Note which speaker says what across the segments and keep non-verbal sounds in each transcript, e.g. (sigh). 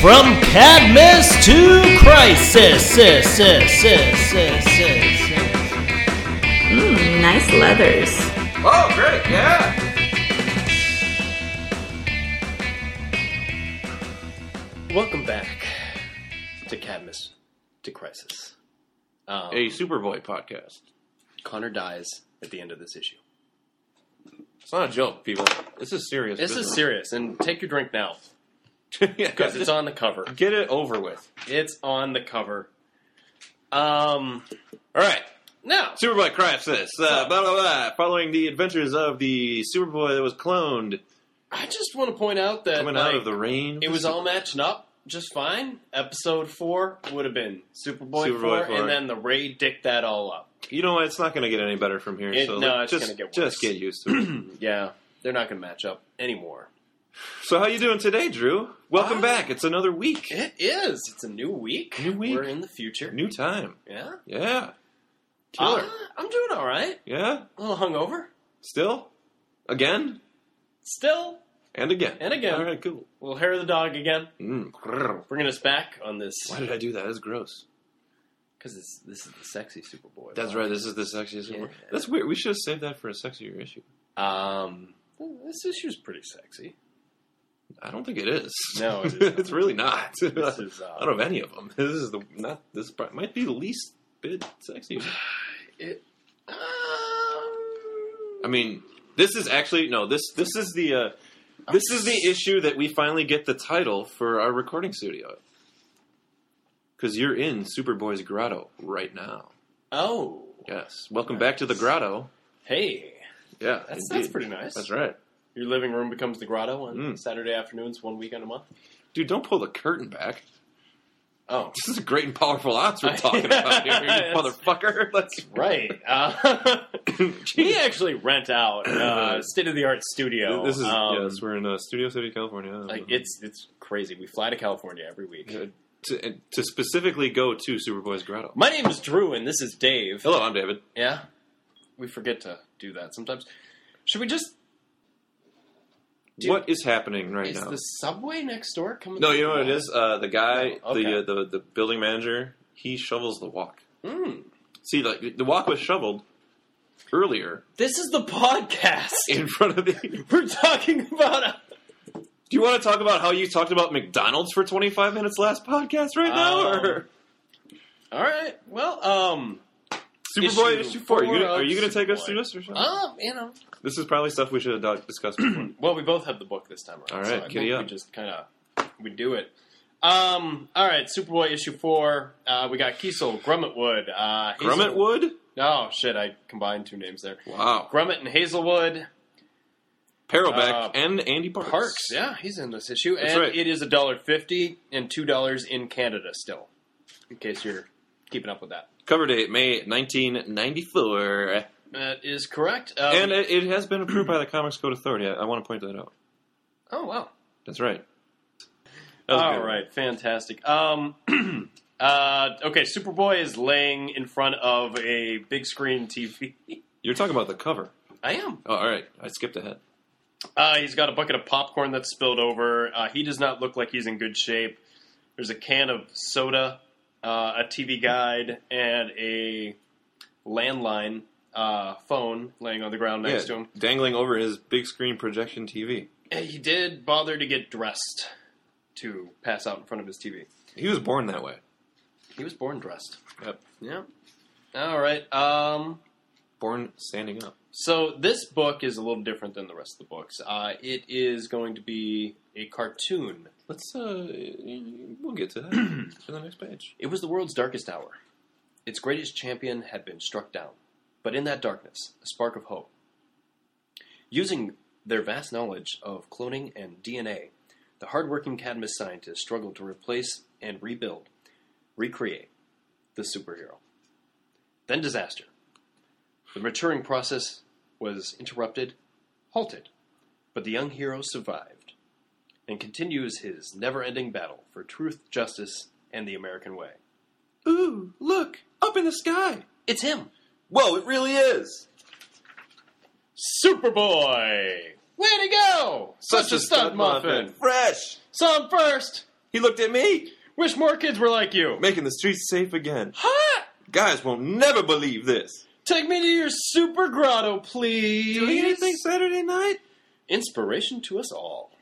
Speaker 1: From Cadmus to Crisis. Sis, sis, sis, sis, sis, sis.
Speaker 2: Mm, nice leathers.
Speaker 3: Oh, great, yeah.
Speaker 4: Welcome back to Cadmus to Crisis. Um,
Speaker 3: A Superboy podcast.
Speaker 4: Connor dies at the end of this issue.
Speaker 3: It's not a joke, people. This is serious.
Speaker 4: This is serious, and take your drink now
Speaker 3: serious (laughs) yeah,
Speaker 4: because (laughs) it's on the cover.
Speaker 3: Get it over with.
Speaker 4: It's on the cover. Um,
Speaker 3: All right.
Speaker 4: now
Speaker 3: Superboy crafts this. Uh, blah blah blah. Following the adventures of the Superboy that was cloned,
Speaker 4: I just want to point out that
Speaker 3: coming out
Speaker 4: like,
Speaker 3: of the rain.
Speaker 4: it was all matching up just fine. Episode four would have been Superboy,
Speaker 3: Superboy
Speaker 4: 4,
Speaker 3: four.
Speaker 4: and then the Ray dicked that all up.
Speaker 3: You know what? It's not going to get any better from here.
Speaker 4: It-
Speaker 3: so
Speaker 4: no,
Speaker 3: like,
Speaker 4: it's
Speaker 3: just
Speaker 4: gonna get
Speaker 3: just
Speaker 4: worse.
Speaker 3: get used to it.
Speaker 4: (clears throat) Yeah, they're not going to match up anymore.
Speaker 3: so how you doing today, Drew? Welcome
Speaker 4: Ah.
Speaker 3: back. It's another week,
Speaker 4: It is. It's a new week.
Speaker 3: New week.
Speaker 4: We're in the future.
Speaker 3: new time.
Speaker 4: yeah.
Speaker 3: Yeah, killer.
Speaker 4: Uh, I'm doing all right.
Speaker 3: yeah,
Speaker 4: A little hungover.
Speaker 3: still, again
Speaker 4: Still,
Speaker 3: and again
Speaker 4: And again.
Speaker 3: All right, cool.
Speaker 4: we'll hair the dog again.
Speaker 3: Mm. Grrr.
Speaker 4: Bringing us back on this
Speaker 3: Why did I do that? That's gross.
Speaker 4: because this, this is the sexy Superboy.
Speaker 3: That's right. This is the sexiest.
Speaker 4: Yeah.
Speaker 3: one. That's weird. We should have saved that for a sexier issue.
Speaker 4: Um, this issue's pretty sexy.
Speaker 3: I don't think it is. (laughs)
Speaker 4: No, it is not.
Speaker 3: it's really not.
Speaker 4: This
Speaker 3: (laughs)
Speaker 4: is uh,
Speaker 3: Out of any of them, this is the not. This pro- might be the least bit sexy.
Speaker 4: it. Um,
Speaker 3: I mean, this is actually no. This this is the uh, this is the issue that we finally get the title for our recording studio. Because you're in Superboy's grotto right now.
Speaker 4: oh,
Speaker 3: Yes, welcome back to the grotto.
Speaker 4: hey,
Speaker 3: Yeah,
Speaker 4: that's that's
Speaker 3: indeed.
Speaker 4: pretty nice.
Speaker 3: That's right,
Speaker 4: Your living room becomes the grotto on
Speaker 3: Mm.
Speaker 4: Saturday afternoons, one weekend a month.
Speaker 3: dude. Don't pull the curtain back.
Speaker 4: Oh,
Speaker 3: This is great and powerful
Speaker 4: (laughs)
Speaker 3: odds we're talking about here, you
Speaker 4: Yes. (laughs)
Speaker 3: motherfucker. Let's (laughs)
Speaker 4: right. Uh, (laughs) we actually rent out
Speaker 3: (coughs)
Speaker 4: uh, state of the art studio.
Speaker 3: This is
Speaker 4: um,
Speaker 3: yes, we're in uh, Studio City, California.
Speaker 4: like it's it's crazy. We fly to California every week.
Speaker 3: to, to specifically go to Superboy's grotto.
Speaker 4: My name is Drew, and this is Dave.
Speaker 3: Hello, I'm David.
Speaker 4: Yeah, we forget to do that sometimes. Should we just? Dude.
Speaker 3: what is happening right
Speaker 4: is
Speaker 3: now?
Speaker 4: the subway next door coming?
Speaker 3: No, you know what it is. Uh, the guy,
Speaker 4: No, okay.
Speaker 3: the, uh, the the building manager, he shovels the walk.
Speaker 4: Mm.
Speaker 3: See, like the walk was shoveled earlier
Speaker 4: This is the podcast.
Speaker 3: (laughs) in front of the. Do
Speaker 4: (laughs) We're talking about. A,
Speaker 3: you want to talk about how you talked about McDonald's for 25 minutes last podcast right now, or
Speaker 4: Um, all right. Well, um,
Speaker 3: Superboy
Speaker 4: issue
Speaker 3: issue four? Are you
Speaker 4: four
Speaker 3: gonna, are
Speaker 4: of
Speaker 3: you gonna take us
Speaker 4: Superboy.
Speaker 3: through this or something?
Speaker 4: um, you know.
Speaker 3: This is probably stuff we should
Speaker 4: (clears throat)
Speaker 3: have discussed before.
Speaker 4: Well, we both have the book this time around.
Speaker 3: All right,
Speaker 4: so I think
Speaker 3: giddy
Speaker 4: We
Speaker 3: up.
Speaker 4: just kind of we do it. Um. All right. Superboy issue four. Uh, we got Kiesel, Grummetwood, uh, Hazel-
Speaker 3: Grummetwood.
Speaker 4: Oh shit! I combined two names there.
Speaker 3: Wow.
Speaker 4: Grummet and Hazelwood.
Speaker 3: Paralbeck
Speaker 4: Uh,
Speaker 3: and Andy Parks.
Speaker 4: Parks, yeah, he's in this issue,
Speaker 3: That's
Speaker 4: and
Speaker 3: right.
Speaker 4: it is a dollar fifty and two dollars in Canada still, in case you're keeping up with that.
Speaker 3: Cover date May 1994,
Speaker 4: That is correct. Um,
Speaker 3: and it, it has been approved by the Comics Code Authority. I, I want to point that out.
Speaker 4: oh wow,
Speaker 3: That's right. That
Speaker 4: All
Speaker 3: was
Speaker 4: right,
Speaker 3: good.
Speaker 4: fantastic. Um, (clears throat) uh, okay, Superboy is laying in front of a big screen TV.
Speaker 3: You're talking about the cover.
Speaker 4: I am.
Speaker 3: Oh, all right. I skipped ahead.
Speaker 4: Uh, he's got a bucket of popcorn that's spilled over. Uh, he does not look like he's in good shape. There's a can of soda, uh, a TV guide, and a landline uh, phone laying on the ground next to him.
Speaker 3: dangling over his big screen projection TV.
Speaker 4: And he did bother to get dressed to pass out in front of his TV.
Speaker 3: He was born that way.
Speaker 4: He was born dressed.
Speaker 3: Yep.
Speaker 4: Yeah. All right. Um,
Speaker 3: Born standing up.
Speaker 4: so this book is a little different than the rest of the books. Uh, it is going to be a cartoon.
Speaker 3: Let's uh, we'll get (clears throat) to that in the next page.
Speaker 4: It was the world's darkest hour. Its greatest champion had been struck down, but in that darkness, a spark of hope. Using their vast knowledge of cloning and DNA, the hardworking Cadmus scientists struggled to replace and rebuild, recreate the superhero. Then disaster. The maturing process was interrupted, halted, but the young hero survived and continues his never ending battle for truth, justice, and the American way.
Speaker 3: Ooh, look up in the sky.
Speaker 4: It's him!
Speaker 3: Whoa, it really is.
Speaker 4: Superboy! Way to go! Such, a stunt muffin!
Speaker 3: Fresh.
Speaker 4: Some first,
Speaker 3: He looked at me,
Speaker 4: Wish more kids were like you.
Speaker 3: making the streets safe again.
Speaker 4: Ha!
Speaker 3: Guys won't never believe this.
Speaker 4: Take me to your super grotto, please.
Speaker 3: Do anything Saturday night?
Speaker 4: Inspiration to us all.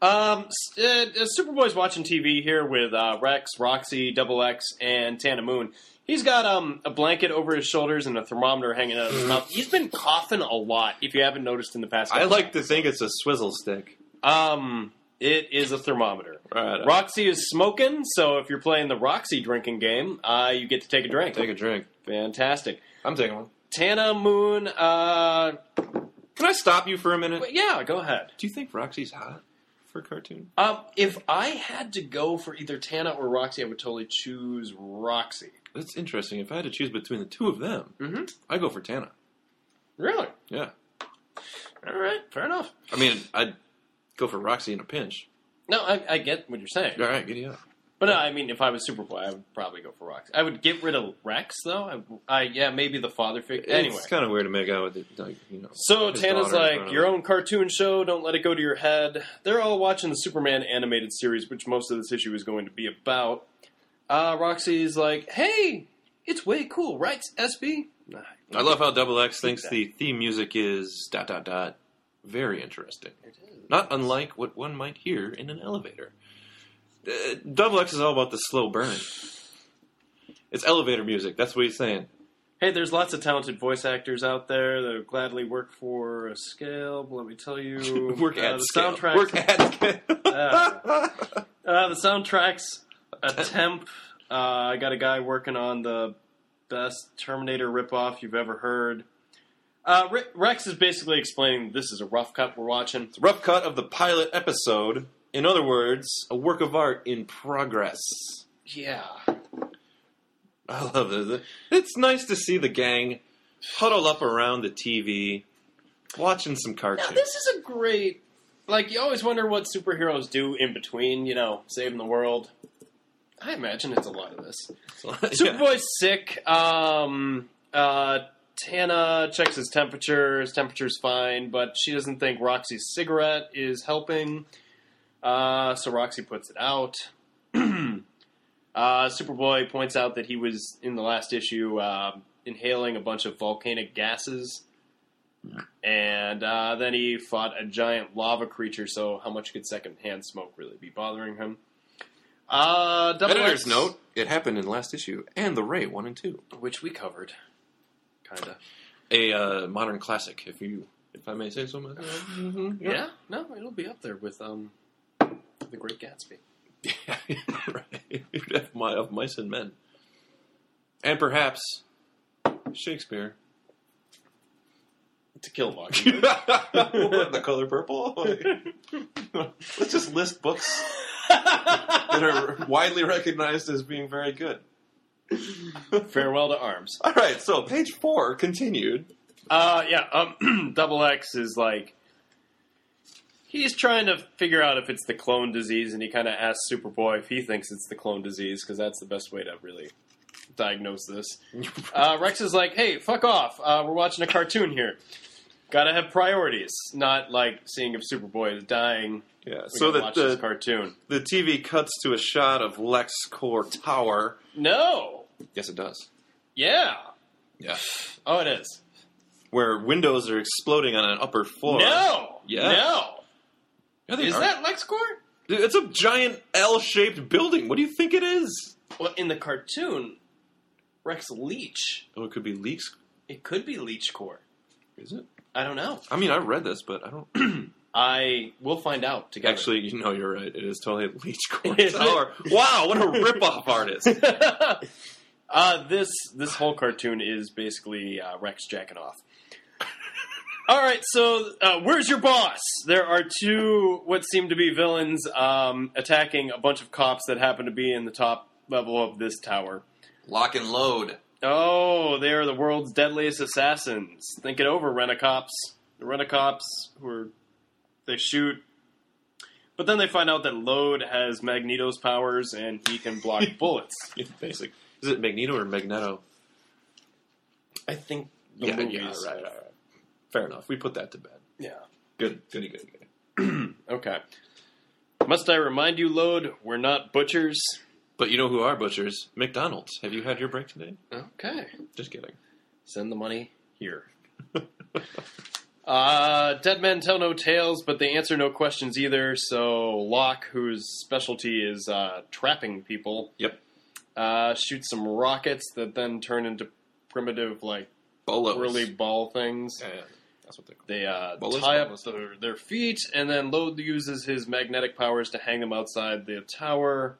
Speaker 4: Um, s- uh, uh, Superboy's watching TV here with uh, Rex, Roxy, Double X, and Tana Moon. He's got um, a blanket over his shoulders and a thermometer hanging out of his mouth. He's been coughing a lot, if you haven't noticed in the past.
Speaker 3: I
Speaker 4: couple
Speaker 3: like to think it's a swizzle stick.
Speaker 4: Um, it is a thermometer.
Speaker 3: Right.
Speaker 4: Roxy is smoking, so if you're playing the Roxy drinking game, uh, you get to take a drink.
Speaker 3: Take a drink.
Speaker 4: Fantastic.
Speaker 3: I'm taking one.
Speaker 4: Tana Moon, uh,
Speaker 3: Can I stop you for a minute?
Speaker 4: wait, yeah, go ahead.
Speaker 3: Do you think Roxy's hot for a cartoon?
Speaker 4: Um, if I had to go for either Tana or Roxy, I would totally choose Roxy.
Speaker 3: That's interesting. If I had to choose between the two of them,
Speaker 4: Mm-hmm.
Speaker 3: I go for Tana.
Speaker 4: Really?
Speaker 3: Yeah.
Speaker 4: All right, fair enough.
Speaker 3: I mean, I'd go for Roxy in a pinch.
Speaker 4: No, I, I get what you're saying.
Speaker 3: All right, giddy up.
Speaker 4: But no, I mean, if I was Superboy, I would probably go for Roxy. I would get rid of Rex, though. I, I yeah, maybe the father figure. Anyway.
Speaker 3: It's kind of weird to make out with it, like, you know.
Speaker 4: So
Speaker 3: His
Speaker 4: Tana's
Speaker 3: daughter,
Speaker 4: like,
Speaker 3: Bruno.
Speaker 4: your own cartoon show, don't let it go to your head. They're all watching the Superman animated series, which most of this issue is going to be about. Uh, Roxy's like, hey, it's way cool, right, SB? Nah,
Speaker 3: I love how Double X thinks the theme music is dot dot dot. Very interesting.
Speaker 4: it is.
Speaker 3: Not unlike what one might hear in an elevator. Uh, Double X is all about the slow burn. It's elevator music. That's what he's saying.
Speaker 4: Hey, there's lots of talented voice actors out there that gladly work for a scale. but Let me tell you,
Speaker 3: (laughs) Work
Speaker 4: uh,
Speaker 3: at
Speaker 4: the
Speaker 3: scale.
Speaker 4: soundtracks.
Speaker 3: Work at scale.
Speaker 4: (laughs) Uh, the soundtracks attempt. Uh, I got a guy working on the best Terminator ripoff you've ever heard. Uh, Re- Rex is basically explaining this is a rough cut we're watching.
Speaker 3: (laughs) Rough cut of the pilot episode. In other words, a work of art in progress.
Speaker 4: Yeah.
Speaker 3: (laughs) I love it. It's nice to see the gang huddle up around the TV, watching some
Speaker 4: Now,
Speaker 3: cartoons. (laughs)
Speaker 4: this is a great. Like, you always wonder what superheroes do in between, you know, saving the world. I imagine it's a lot of this.
Speaker 3: (laughs) Yeah.
Speaker 4: Superboy's sick. Um, uh, Tana checks his temperature. His temperature's fine, but she doesn't think Roxy's cigarette is helping. Uh, so Roxy puts it out. (clears throat) uh, Superboy points out that he was in the last issue um inhaling a bunch of volcanic gases. And uh, then he fought a giant lava creature, so how much could secondhand smoke really be bothering him? Uh, Double
Speaker 3: Editor's
Speaker 4: X-
Speaker 3: note: It happened in last issue and the Ray one and two,
Speaker 4: which we covered, kinda.
Speaker 3: a uh, modern classic. If you, if I may say so myself. (laughs) Mhm,
Speaker 4: Yeah. no, it'll be up there with um, the Great Gatsby.
Speaker 3: right. (laughs) of, my, of mice and men, and perhaps Shakespeare.
Speaker 4: To Kill a Mockingbird.
Speaker 3: (laughs) the color (laughs) purple. Let's just list books that are widely recognized as being very good.
Speaker 4: (laughs) Farewell to Arms.
Speaker 3: All right, so page four continued.
Speaker 4: Uh, yeah. Um, (clears throat) Double X is like he's trying to figure out if it's the clone disease, and he kind of asks Superboy if he thinks it's the clone disease because that's the best way to really diagnose (laughs) this. Uh, Rex is like, "Hey, fuck off! Uh, we're watching a cartoon here. Gotta have priorities, not like seeing if Superboy is dying."
Speaker 3: Yeah,
Speaker 4: We
Speaker 3: so
Speaker 4: gotta
Speaker 3: that
Speaker 4: watch this
Speaker 3: the,
Speaker 4: cartoon.
Speaker 3: the TV cuts to a shot of LexCorp Tower.
Speaker 4: No.
Speaker 3: Yes, it does.
Speaker 4: Yeah.
Speaker 3: Yeah.
Speaker 4: Oh, it is.
Speaker 3: Where windows are exploding on an upper floor.
Speaker 4: no.
Speaker 3: Yeah.
Speaker 4: No.
Speaker 3: Yeah, they
Speaker 4: Is
Speaker 3: are.
Speaker 4: that LexCorp?
Speaker 3: Dude, It's a giant L-shaped building. What do you think it is?
Speaker 4: Well, in the cartoon, Rex Leach.
Speaker 3: Oh, it could be leaks.
Speaker 4: It could be Leech Core.
Speaker 3: Is it?
Speaker 4: I don't know.
Speaker 3: I mean, I read this, but (clears throat) I don't.
Speaker 4: I will find out together.
Speaker 3: Actually, you know, you're right. It is totally a (laughs) Leech Court
Speaker 4: Is it?
Speaker 3: Tower. Wow, (laughs) what a rip-off artist.
Speaker 4: (laughs) uh, this this whole cartoon is basically uh, Rex jacking (laughs) off. All right, so uh, where's your boss? There are two what seem to be villains um, attacking a bunch of cops that happen to be in the top level of this tower.
Speaker 3: Lock and load.
Speaker 4: Oh, they are the world's deadliest assassins. Think it over, Rent-A-Cops. The Rent-A-Cops who are, they shoot, but then they find out that Load has Magneto's powers and he can (laughs) block bullets.
Speaker 3: It's basic. Is it Magneto or Magneto?
Speaker 4: I think
Speaker 3: yeah, yeah, right, right, right. Fair enough. We put that to bed.
Speaker 4: Yeah.
Speaker 3: Good, goody, goody, goody.
Speaker 4: Okay. Must I remind you, Lode, we're not butchers?
Speaker 3: But you know who are butchers? McDonald's. Have you had your break today?
Speaker 4: Okay.
Speaker 3: Just kidding.
Speaker 4: Send the money
Speaker 3: (laughs)
Speaker 4: here. uh, dead men tell no tales, but they answer no questions either. So Locke, whose specialty is uh, trapping people,
Speaker 3: Yep.
Speaker 4: uh, shoots some rockets that then turn into primitive, like,
Speaker 3: Bolos.
Speaker 4: whirly ball things.
Speaker 3: Yeah, yeah. That's what they're called.
Speaker 4: They uh,
Speaker 3: Bolas,
Speaker 4: tie up
Speaker 3: bolas.
Speaker 4: their, their feet, and then Lode uses his magnetic powers to hang them outside the tower.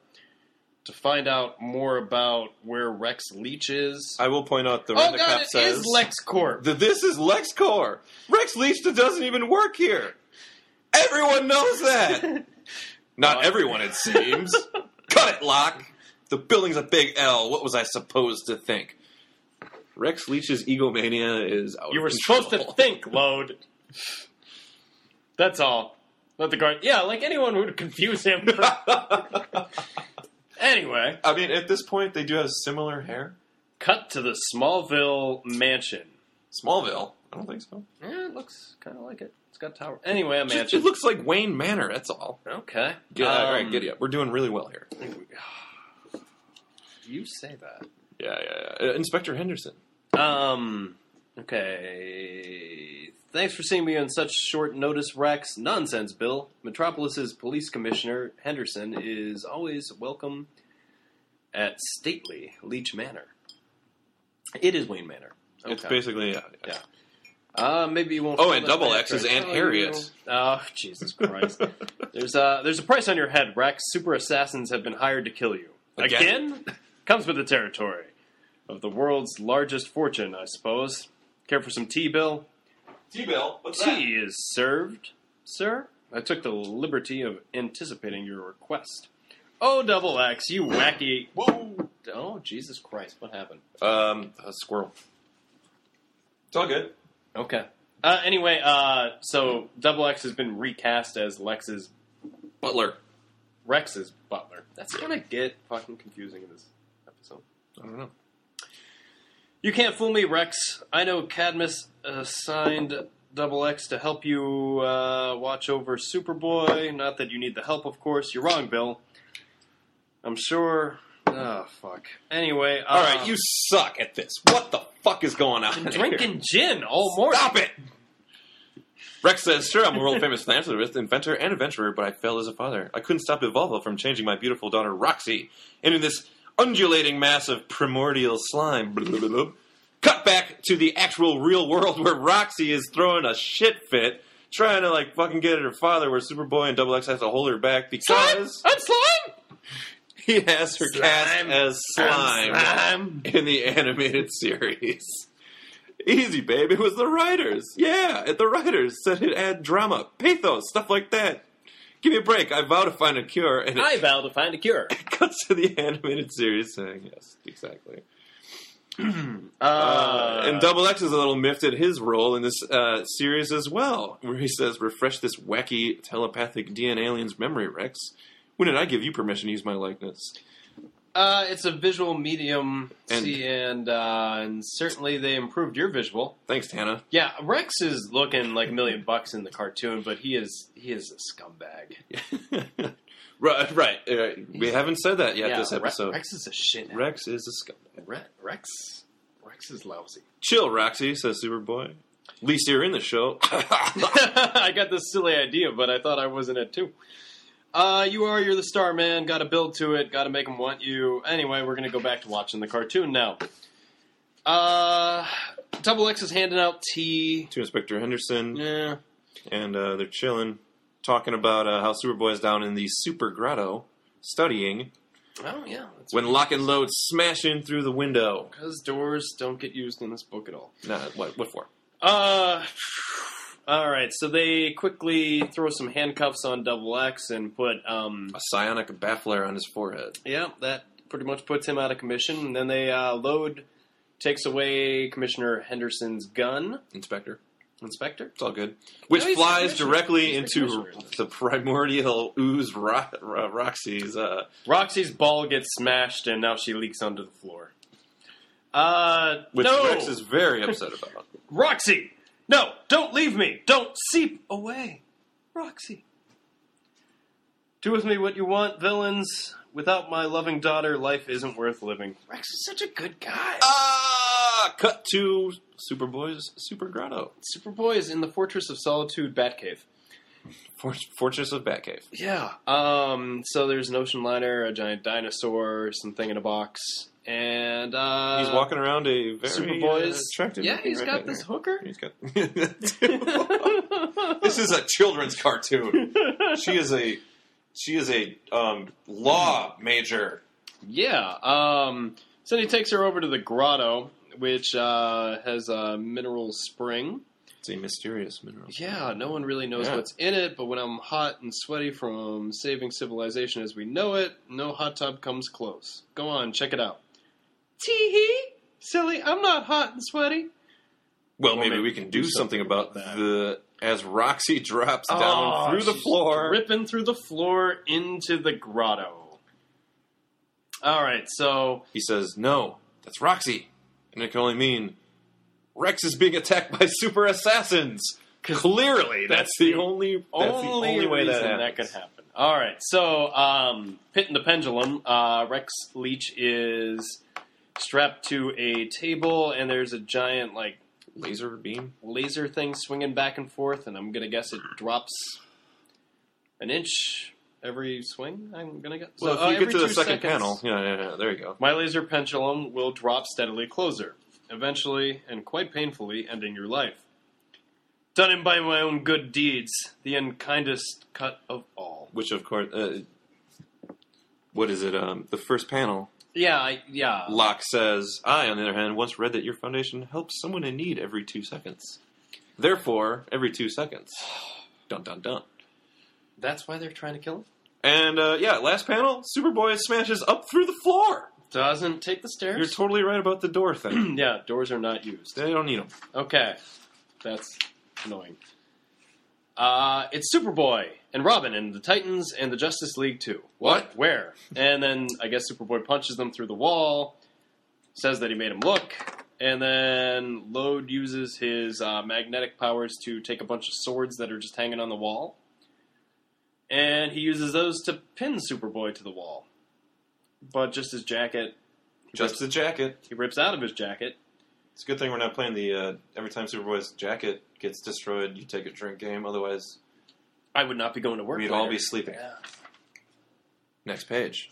Speaker 4: To find out more about where Rex Leach is.
Speaker 3: I will point out the
Speaker 4: oh,
Speaker 3: Renda
Speaker 4: God,
Speaker 3: Cop
Speaker 4: it is
Speaker 3: says
Speaker 4: LexCorp.
Speaker 3: that this is LexCorp. Rex Leachta doesn't even work here. Everyone
Speaker 4: (laughs)
Speaker 3: knows that. Not
Speaker 4: Well, I-
Speaker 3: everyone,
Speaker 4: (laughs)
Speaker 3: it seems. Cut it, Locke. The building's a big L. What was I supposed to think? Rex Leach's egomania is out.
Speaker 4: You
Speaker 3: of
Speaker 4: were
Speaker 3: control.
Speaker 4: supposed to think, Lode. That's all. Let the guard. Yeah, like anyone would confuse him. (laughs) anyway,
Speaker 3: (laughs) I mean, at this point, they do have similar hair.
Speaker 4: cut to the Smallville mansion.
Speaker 3: Smallville. I don't think so.
Speaker 4: Yeah, it looks kind of like it. It's got tower. Anyway, a
Speaker 3: Just-
Speaker 4: mansion.
Speaker 3: it looks like Wayne Manor. That's all.
Speaker 4: okay.
Speaker 3: Get, all right,
Speaker 4: Um,
Speaker 3: giddy up. We're doing really well here.
Speaker 4: You say that.
Speaker 3: Yeah, yeah, yeah. Uh, Inspector Henderson.
Speaker 4: Um. Okay. Thanks for seeing me on such short notice, Rex. Nonsense, Bill. Metropolis's police commissioner Henderson is always welcome at stately Leech Manor. It is Wayne Manor.
Speaker 3: It's basically yeah, yeah.
Speaker 4: Yeah. Uh, maybe you won't.
Speaker 3: Oh,
Speaker 4: feel
Speaker 3: and
Speaker 4: that
Speaker 3: Double
Speaker 4: bad
Speaker 3: X is
Speaker 4: after I
Speaker 3: Aunt
Speaker 4: tell
Speaker 3: Harriet.
Speaker 4: you. Oh, Jesus Christ!
Speaker 3: (laughs)
Speaker 4: there's a there's a price on your head, Rex. Super assassins have been hired to kill you
Speaker 3: Again?
Speaker 4: again? Comes with the territory of the world's largest fortune, I suppose. Care for some tea, Bill?
Speaker 3: T Bill, what's
Speaker 4: Tea is served, sir. I took the liberty of anticipating your request. Oh, double X, you wacky! Whoa! Oh, Jesus Christ! What happened?
Speaker 3: Um, a squirrel. It's all good.
Speaker 4: Okay. Uh, anyway, uh, so Double X has been recast as Lex's
Speaker 3: Butler.
Speaker 4: Rex's butler. That's gonna get fucking confusing in this episode.
Speaker 3: I don't know.
Speaker 4: You can't fool me, Rex. I know Cadmus assigned Double X to help you uh, watch over Superboy. Not that you need the help, of course. You're wrong, Bill. I'm sure. Oh fuck. Anyway, um,
Speaker 3: All
Speaker 4: (laughs)
Speaker 3: right, you suck at this. What the fuck is going on? here?
Speaker 4: drinking gin all morning.
Speaker 3: Stop it. Rex says, "Sure, I'm a world famous philanthropist, inventor, and adventurer, but I failed as a father. I couldn't stop Evolva from changing my beautiful daughter Roxy into this undulating mass of primordial slime." Blah, blah, blah, blah. Cut back to the actual real world where Roxy is throwing a shit fit, trying to like fucking get at her father, where Superboy and Double X has to hold her back because
Speaker 4: I'm slime.
Speaker 3: he has her cast
Speaker 4: Slime.
Speaker 3: as slime
Speaker 4: slime.
Speaker 3: in the animated series. Easy, babe. It was the writers. Yeah, it- the writers said it add drama, pathos, stuff like that. Give me a break. I vow to find a cure, and it (laughs)
Speaker 4: I vow to find a cure.
Speaker 3: cuts to the animated series saying, "Yes, exactly." Uh, and Double X is a little miffed at his role in this uh, series as well, where he says, "Refresh this wacky telepathic DNA alien's memory, Rex. When did I give you permission to use my likeness?"
Speaker 4: Uh, it's a visual medium,
Speaker 3: And-
Speaker 4: see, and uh, and certainly they improved your visual.
Speaker 3: Thanks, (laughs) Hannah.
Speaker 4: Yeah, Rex is looking like a million bucks in the cartoon, but he is he is a scumbag.
Speaker 3: right, right, right. We haven't said that yet this
Speaker 4: Re-
Speaker 3: episode. Rex,
Speaker 4: Rex is a shit.
Speaker 3: is a scum.
Speaker 4: Re- Rex Rex is
Speaker 3: (laughs)
Speaker 4: lousy. (laughs)
Speaker 3: Chill, Roxy, says Superboy. At least you're in
Speaker 4: (laughs)
Speaker 3: the show.
Speaker 4: I got this silly idea, but I thought I wasn't it too. Uh, you are, you're the star, man. Gotta build to it, gotta make them want you. Anyway, we're gonna go back to watching the cartoon now. Uh, Double X is handing out tea.
Speaker 3: to Inspector Henderson,
Speaker 4: Yeah.
Speaker 3: and uh, they're chilling, talking about uh, how Superboy's down in the super grotto studying
Speaker 4: Oh, yeah. That's
Speaker 3: when Lock and Load smash in through the window.
Speaker 4: Because doors don't get used in this book at all.
Speaker 3: Nah, what, what for?
Speaker 4: Uh, (sighs) all right. So they quickly throw some handcuffs on Double X and put um.
Speaker 3: A psionic baffler on his forehead.
Speaker 4: Yeah, that pretty much puts him out of commission. And then they uh, load takes away Commissioner Henderson's gun.
Speaker 3: Inspector.
Speaker 4: Inspector.
Speaker 3: It's all good. Which
Speaker 4: No, he's the
Speaker 3: flies
Speaker 4: commissioner.
Speaker 3: directly
Speaker 4: He's the
Speaker 3: into
Speaker 4: commissioner.
Speaker 3: the primordial ooze ro- ro- Roxy's uh,
Speaker 4: Roxy's ball gets smashed, and now she leaks onto the floor. Uh,
Speaker 3: which
Speaker 4: no,
Speaker 3: Rex is very upset about.
Speaker 4: Roxy. No, don't leave me. Don't seep away, Roxy. Do with me what you want, villains. Without my loving daughter, life isn't worth living. Rex is such a good guy.
Speaker 3: Ah! Cut to Superboy's Super Grotto.
Speaker 4: Superboy is in the Fortress of Solitude Batcave.
Speaker 3: For- Fortress of Batcave.
Speaker 4: Yeah. Um, so there's an ocean liner, a giant dinosaur, something in a box, and uh,
Speaker 3: He's walking around a very
Speaker 4: Superboy's
Speaker 3: uh, attractive.
Speaker 4: Yeah,
Speaker 3: looking
Speaker 4: he's got
Speaker 3: redhead
Speaker 4: this
Speaker 3: here.
Speaker 4: hooker.
Speaker 3: He's got.
Speaker 4: (laughs)
Speaker 3: (laughs) this is a children's cartoon. She is a she is a um, law major.
Speaker 4: Yeah. Um, so he takes her over to the grotto, which uh, has a mineral spring.
Speaker 3: It's a mysterious mineral.
Speaker 4: Yeah, no one really knows
Speaker 3: Yeah.
Speaker 4: what's in it, but when I'm hot and sweaty from saving civilization as we know it, no hot tub comes close. Go on, check it out. Tee hee! Silly, I'm not hot and sweaty.
Speaker 3: Well,
Speaker 4: Well,
Speaker 3: maybe,
Speaker 4: maybe
Speaker 3: we can do something about
Speaker 4: about that.
Speaker 3: the as Roxy drops
Speaker 4: Oh,
Speaker 3: down through the
Speaker 4: she's
Speaker 3: floor.
Speaker 4: dripping through the floor into the grotto. All right, so
Speaker 3: He says, "No, that's Roxy," and it can only mean Rex is being attacked by (laughs) super assassins.
Speaker 4: 'Cause
Speaker 3: Clearly, that's,
Speaker 4: that's
Speaker 3: the
Speaker 4: the
Speaker 3: only that's
Speaker 4: only,
Speaker 3: the only way that,
Speaker 4: reason that
Speaker 3: happens.
Speaker 4: could happen. All right, so um, Pit and the Pendulum, uh, Rex Leach is strapped to a table, and there's a giant like
Speaker 3: Laser beam.
Speaker 4: laser thing swinging back and forth, and I'm gonna guess it drops an inch every swing. I'm gonna guess.
Speaker 3: Well,
Speaker 4: So, uh,
Speaker 3: if you
Speaker 4: every
Speaker 3: get to the
Speaker 4: two
Speaker 3: second
Speaker 4: seconds-
Speaker 3: panel, yeah, yeah, yeah, there you go.
Speaker 4: My laser pendulum will drop steadily closer, eventually and quite painfully ending your life. Done him by my own good deeds, the unkindest cut of all.
Speaker 3: Which, of course, uh, what is it? Um, the first panel.
Speaker 4: Yeah, I, yeah.
Speaker 3: Locke says, "I, on the other hand, once read that your foundation helps someone in need every two seconds. Therefore, every two seconds, (sighs) dun dun dun."
Speaker 4: That's why they're trying to kill him.
Speaker 3: And uh, yeah, last panel, Superboy smashes up through the floor.
Speaker 4: Doesn't take the
Speaker 3: You're
Speaker 4: stairs.
Speaker 3: totally right about the door (clears throat) thing.
Speaker 4: yeah, doors are not used.
Speaker 3: they don't need them.
Speaker 4: Okay, that's annoying. Uh, it's Superboy and Robin and the Titans and the Justice League too.
Speaker 3: What?
Speaker 4: where? And then I guess Superboy punches them through the wall, says that he made him look, and then Lode uses his uh, magnetic powers to take a bunch of swords that are just hanging on the wall, and he uses those to pin Superboy to the wall. But just his jacket,
Speaker 3: Just the jacket.
Speaker 4: he rips out of his jacket.
Speaker 3: It's a good thing we're not playing the uh, every time Superboy's jacket gets destroyed, you take a drink game. Otherwise,
Speaker 4: I would not be going to work.
Speaker 3: we'd all
Speaker 4: later.
Speaker 3: be sleeping.
Speaker 4: Yeah.
Speaker 3: Next page.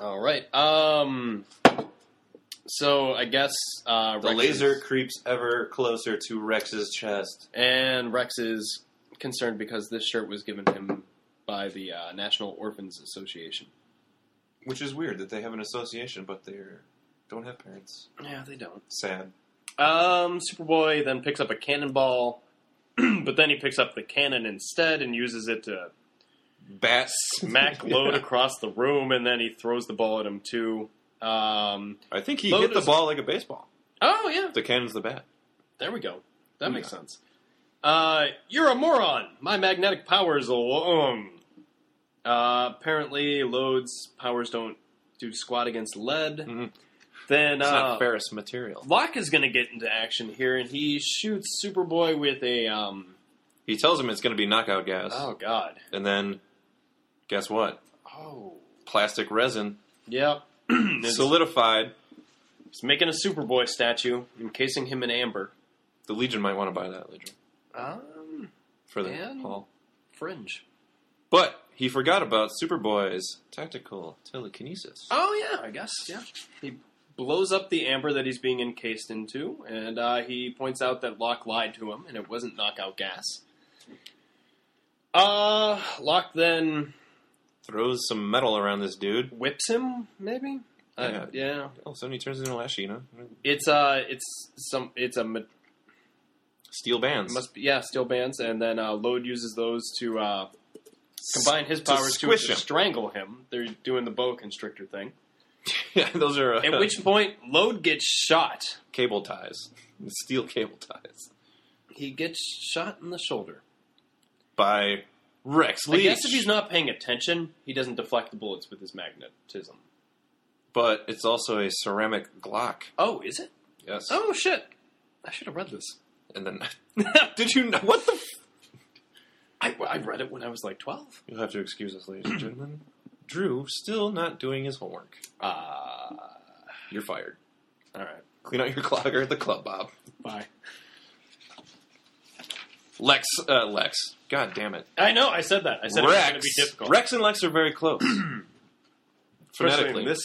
Speaker 4: All right. Um. So I guess uh,
Speaker 3: The
Speaker 4: Rex
Speaker 3: laser
Speaker 4: is-
Speaker 3: creeps ever closer to Rex's chest.
Speaker 4: and Rex is concerned because this shirt was given him by the uh, National Orphans Association.
Speaker 3: Which is weird that they have an association, but they don't have parents.
Speaker 4: Yeah, they don't.
Speaker 3: Sad.
Speaker 4: Um, Superboy then picks up a cannonball, (clears throat) but then he picks up the cannon instead and uses it to
Speaker 3: Bats.
Speaker 4: (laughs)
Speaker 3: (laughs)
Speaker 4: smack Lode across the room, and then he throws the ball at him too. Um,
Speaker 3: I think he
Speaker 4: Load
Speaker 3: hit the
Speaker 4: is-
Speaker 3: ball like a baseball.
Speaker 4: oh yeah,
Speaker 3: The cannon's the bat.
Speaker 4: There we go. That makes
Speaker 3: Yeah.
Speaker 4: sense. Uh, you're a moron. My magnetic powers will. Um. Uh, apparently, Lode's powers don't do squat against lead.
Speaker 3: Mhm.
Speaker 4: Then
Speaker 3: It's
Speaker 4: uh,
Speaker 3: not ferrous material.
Speaker 4: Locke is going to get into action here, and he shoots Superboy with a. Um,
Speaker 3: He tells him it's going to be knockout gas,
Speaker 4: oh God.
Speaker 3: and then guess what?
Speaker 4: Oh.
Speaker 3: Plastic
Speaker 4: (clears throat)
Speaker 3: resin
Speaker 4: Yep. it's,
Speaker 3: solidified.
Speaker 4: it's making a Superboy statue, encasing him in amber.
Speaker 3: The Legion might want to buy that Legion
Speaker 4: Um,
Speaker 3: for the
Speaker 4: And-
Speaker 3: haul.
Speaker 4: fringe.
Speaker 3: But he forgot about Superboy's tactical telekinesis.
Speaker 4: Oh yeah, I guess yeah. He blows up the amber that he's being encased into, and uh, he points out that Locke lied to him, and it wasn't knockout gas. Uh, Locke then
Speaker 3: Throws some metal around this dude.
Speaker 4: whips him, maybe. Uh, yeah,
Speaker 3: Oh, suddenly he turns into Lashina.
Speaker 4: it's uh, it's some, it's a ma-
Speaker 3: Steel bands.
Speaker 4: must be yeah, steel bands, and then uh, Lode uses those to uh, combine his
Speaker 3: To
Speaker 4: powers to,
Speaker 3: squish him.
Speaker 4: strangle him. They're doing the boa constrictor
Speaker 3: (laughs)
Speaker 4: thing.
Speaker 3: (laughs) yeah, those are uh,
Speaker 4: At which point, Lode gets shot.
Speaker 3: (laughs) cable ties. Steel cable ties.
Speaker 4: He gets shot in the shoulder.
Speaker 3: By Rex Leach.
Speaker 4: I guess if he's not paying attention, he doesn't deflect the bullets with his magnetism.
Speaker 3: But it's also a ceramic Glock.
Speaker 4: Oh, is it?
Speaker 3: Yes.
Speaker 4: Oh shit! (laughs)
Speaker 3: (laughs)
Speaker 4: I should have read this.
Speaker 3: And then, did you know what the? F-
Speaker 4: I, I read it when I was like 12.
Speaker 3: You'll have to excuse us, ladies and gentlemen. Drew still not doing his homework.
Speaker 4: Ah.
Speaker 3: You're fired.
Speaker 4: all right.
Speaker 3: Clean out your (laughs) clogger at the club, Bob.
Speaker 4: Bye.
Speaker 3: Lex, uh, Lex. God damn it.
Speaker 4: I know, I said that. I said it was
Speaker 3: Rex.
Speaker 4: going to be difficult.
Speaker 3: Rex and Lex are very close.
Speaker 4: Especially
Speaker 3: Phonetically.
Speaker 4: in this.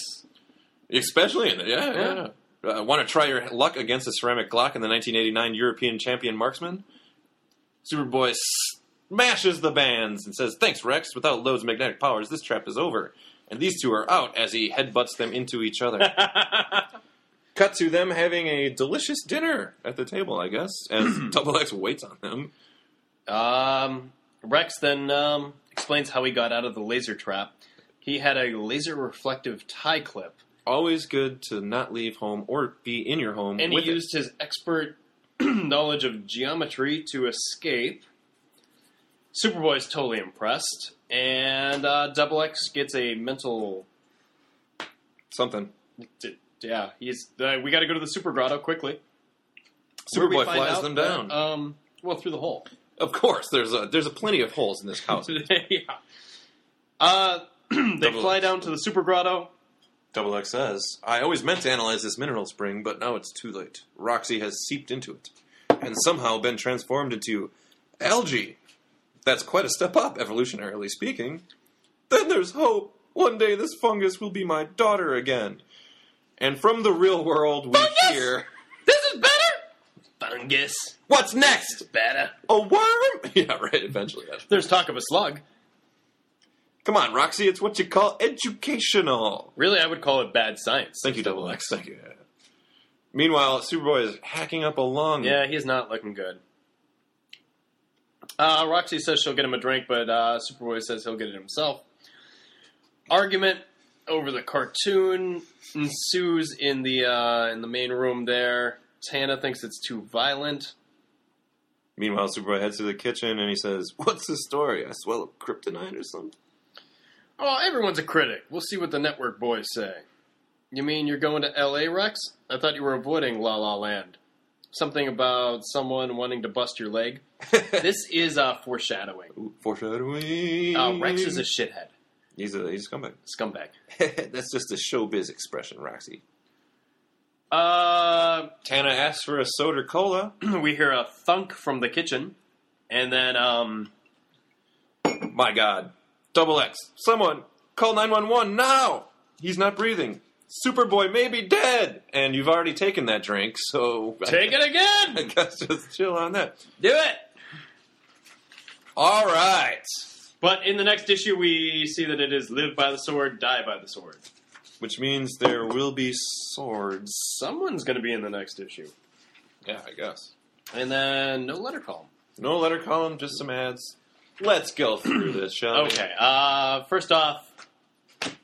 Speaker 3: Especially in the, yeah, yeah. Uh, want to try your luck against a ceramic Glock in the 1989 European champion marksman? Superboy smashes the bands and says, Thanks, Rex. Without Lode's magnetic powers, this trap is over. And these two are out as he headbutts them into each other. Cut to them having a delicious dinner at the table, I guess, (clears throat) as Double X waits on them.
Speaker 4: um, Rex then um, explains how he got out of the laser trap. He had a laser reflective tie clip,
Speaker 3: Always good to not leave home or be in your home
Speaker 4: and
Speaker 3: with
Speaker 4: he
Speaker 3: it.
Speaker 4: used his expert (clears throat) knowledge of geometry to escape. Superboy's totally impressed, and uh, Double X gets a mental
Speaker 3: something.
Speaker 4: D- yeah, he's. Uh, we got to go to the super grotto quickly. Where we
Speaker 3: Superboy
Speaker 4: find
Speaker 3: flies
Speaker 4: out
Speaker 3: them
Speaker 4: that,
Speaker 3: down.
Speaker 4: um, well, through the hole.
Speaker 3: of course, there's a there's a plenty of holes in this house.
Speaker 4: (laughs) yeah. Uh, (clears throat) they
Speaker 3: Oh. Double
Speaker 4: fly
Speaker 3: X.
Speaker 4: down to the super grotto.
Speaker 3: Double X says, I always meant to analyze this mineral spring, but now it's too late. Roxy has seeped into it, and somehow been transformed into algae. That's quite a step up, evolutionarily speaking. Then there's hope. One day this fungus will be my daughter again. And from the real world, we hear,
Speaker 4: This is better. Fungus,
Speaker 3: What's next?
Speaker 4: better.
Speaker 3: A worm? (laughs) Yeah, right, eventually. yeah.
Speaker 4: There's talk of a slug.
Speaker 3: Come on, Roxy, it's what you call educational.
Speaker 4: Really, I would call it bad science.
Speaker 3: Thank you, Double X. Thank you. Meanwhile, Superboy is hacking up a lung.
Speaker 4: Yeah, he's not looking good. Uh, Roxy says she'll get him a drink, but uh, Superboy says he'll get it himself. Argument over the cartoon ensues in the uh, in the main room. There, Tana thinks it's too violent.
Speaker 3: Meanwhile, Superboy heads to the kitchen and he says, What's the story? I swallow kryptonite or something?
Speaker 4: Oh, everyone's a critic. We'll see what the network boys say. You mean you're going to L.A., Rex? I thought you were avoiding La La Land. Something about someone wanting to bust your leg. this is uh, foreshadowing.
Speaker 3: Ooh, Foreshadowing.
Speaker 4: Uh, Rex is a shithead,
Speaker 3: He's a, he's a scumbag. (laughs)
Speaker 4: scumbag.
Speaker 3: That's just a showbiz expression, Roxy.
Speaker 4: Uh, (clears throat)
Speaker 3: Tana asks for a soda cola.
Speaker 4: we hear a thunk from the kitchen, and then um,
Speaker 3: My God. Double X. Someone. Call 911 now. He's not breathing. Superboy may be dead. And you've already taken that drink, so.
Speaker 4: take it
Speaker 3: (laughs) I
Speaker 4: again.
Speaker 3: guess just chill on that.
Speaker 4: Do it.
Speaker 3: All right.
Speaker 4: But in the next issue, we see that it is live by the sword, die by the sword.
Speaker 3: Which means there will be swords.
Speaker 4: Someone's going to be in the next issue,
Speaker 3: Yeah, I guess.
Speaker 4: and then no letter column.
Speaker 3: No letter column, just some ads. Let's go through this, shall we?
Speaker 4: (clears throat) Okay. Uh, first off,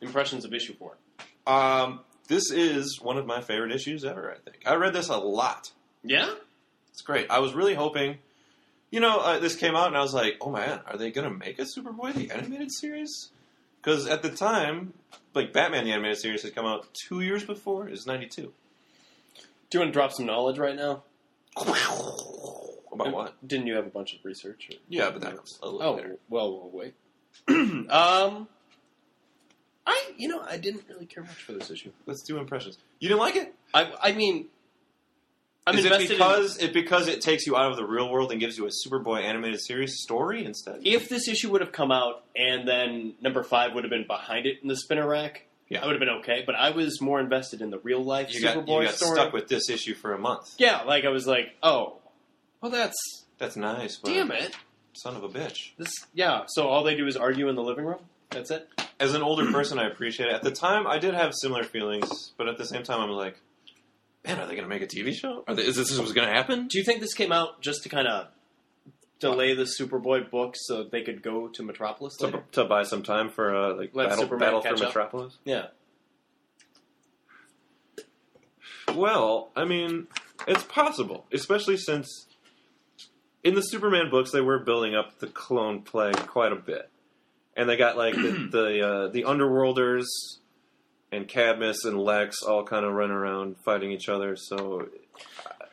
Speaker 4: impressions of issue four.
Speaker 3: Um, this is one of my favorite issues ever, I think. I read this a lot.
Speaker 4: Yeah.
Speaker 3: It's great. I was really hoping, you know, uh, this came out and I was like, oh man, are they going to make a Superboy the animated series? Because at the time, like Batman the animated series had come out two years before. It was 92. (laughs)
Speaker 4: Do you want to drop some knowledge right now?
Speaker 3: About what?
Speaker 4: Didn't you have a bunch of research? Or...
Speaker 3: Yeah, but that comes a little
Speaker 4: Oh
Speaker 3: later.
Speaker 4: well, we'll (clears throat) wait. um, I you know I didn't really care much for this issue.
Speaker 3: Let's do impressions. You didn't like it?
Speaker 4: I I mean, I'm
Speaker 3: is it
Speaker 4: invested.
Speaker 3: because it because it takes you out of the real world and gives you a Superboy animated series story instead?
Speaker 4: in, if this issue would have come out and then number five would have been behind it in the spinner rack,
Speaker 3: Yeah.
Speaker 4: I would have been okay. But I was more invested in the real life
Speaker 3: you got,
Speaker 4: Superboy
Speaker 3: you got
Speaker 4: story.
Speaker 3: stuck with this issue for a month.
Speaker 4: yeah, like I was like, oh, well, that's
Speaker 3: That's nice, but
Speaker 4: damn it.
Speaker 3: son of a bitch.
Speaker 4: This yeah. So all they do is argue in the living room. That's it.
Speaker 3: As an
Speaker 4: (clears throat)
Speaker 3: older person, I appreciate it. At the time, I did have similar feelings, but at the same time, I'm like, man, are they going to make a TV show? Are they, is this what's going to happen?
Speaker 4: Do you think this came out just to kind of delay the Superboy book so they could go to Metropolis later?
Speaker 3: To, to buy some time for uh, like
Speaker 4: Let
Speaker 3: battle,
Speaker 4: Superman
Speaker 3: battle for
Speaker 4: catch up.
Speaker 3: Metropolis.
Speaker 4: Yeah.
Speaker 3: Well, I mean, it's possible, especially since in the Superman books they were building up the clone plague quite a bit, and they got like the the, uh, the Underworlders and Cadmus and Lex all kind of running around fighting each other. So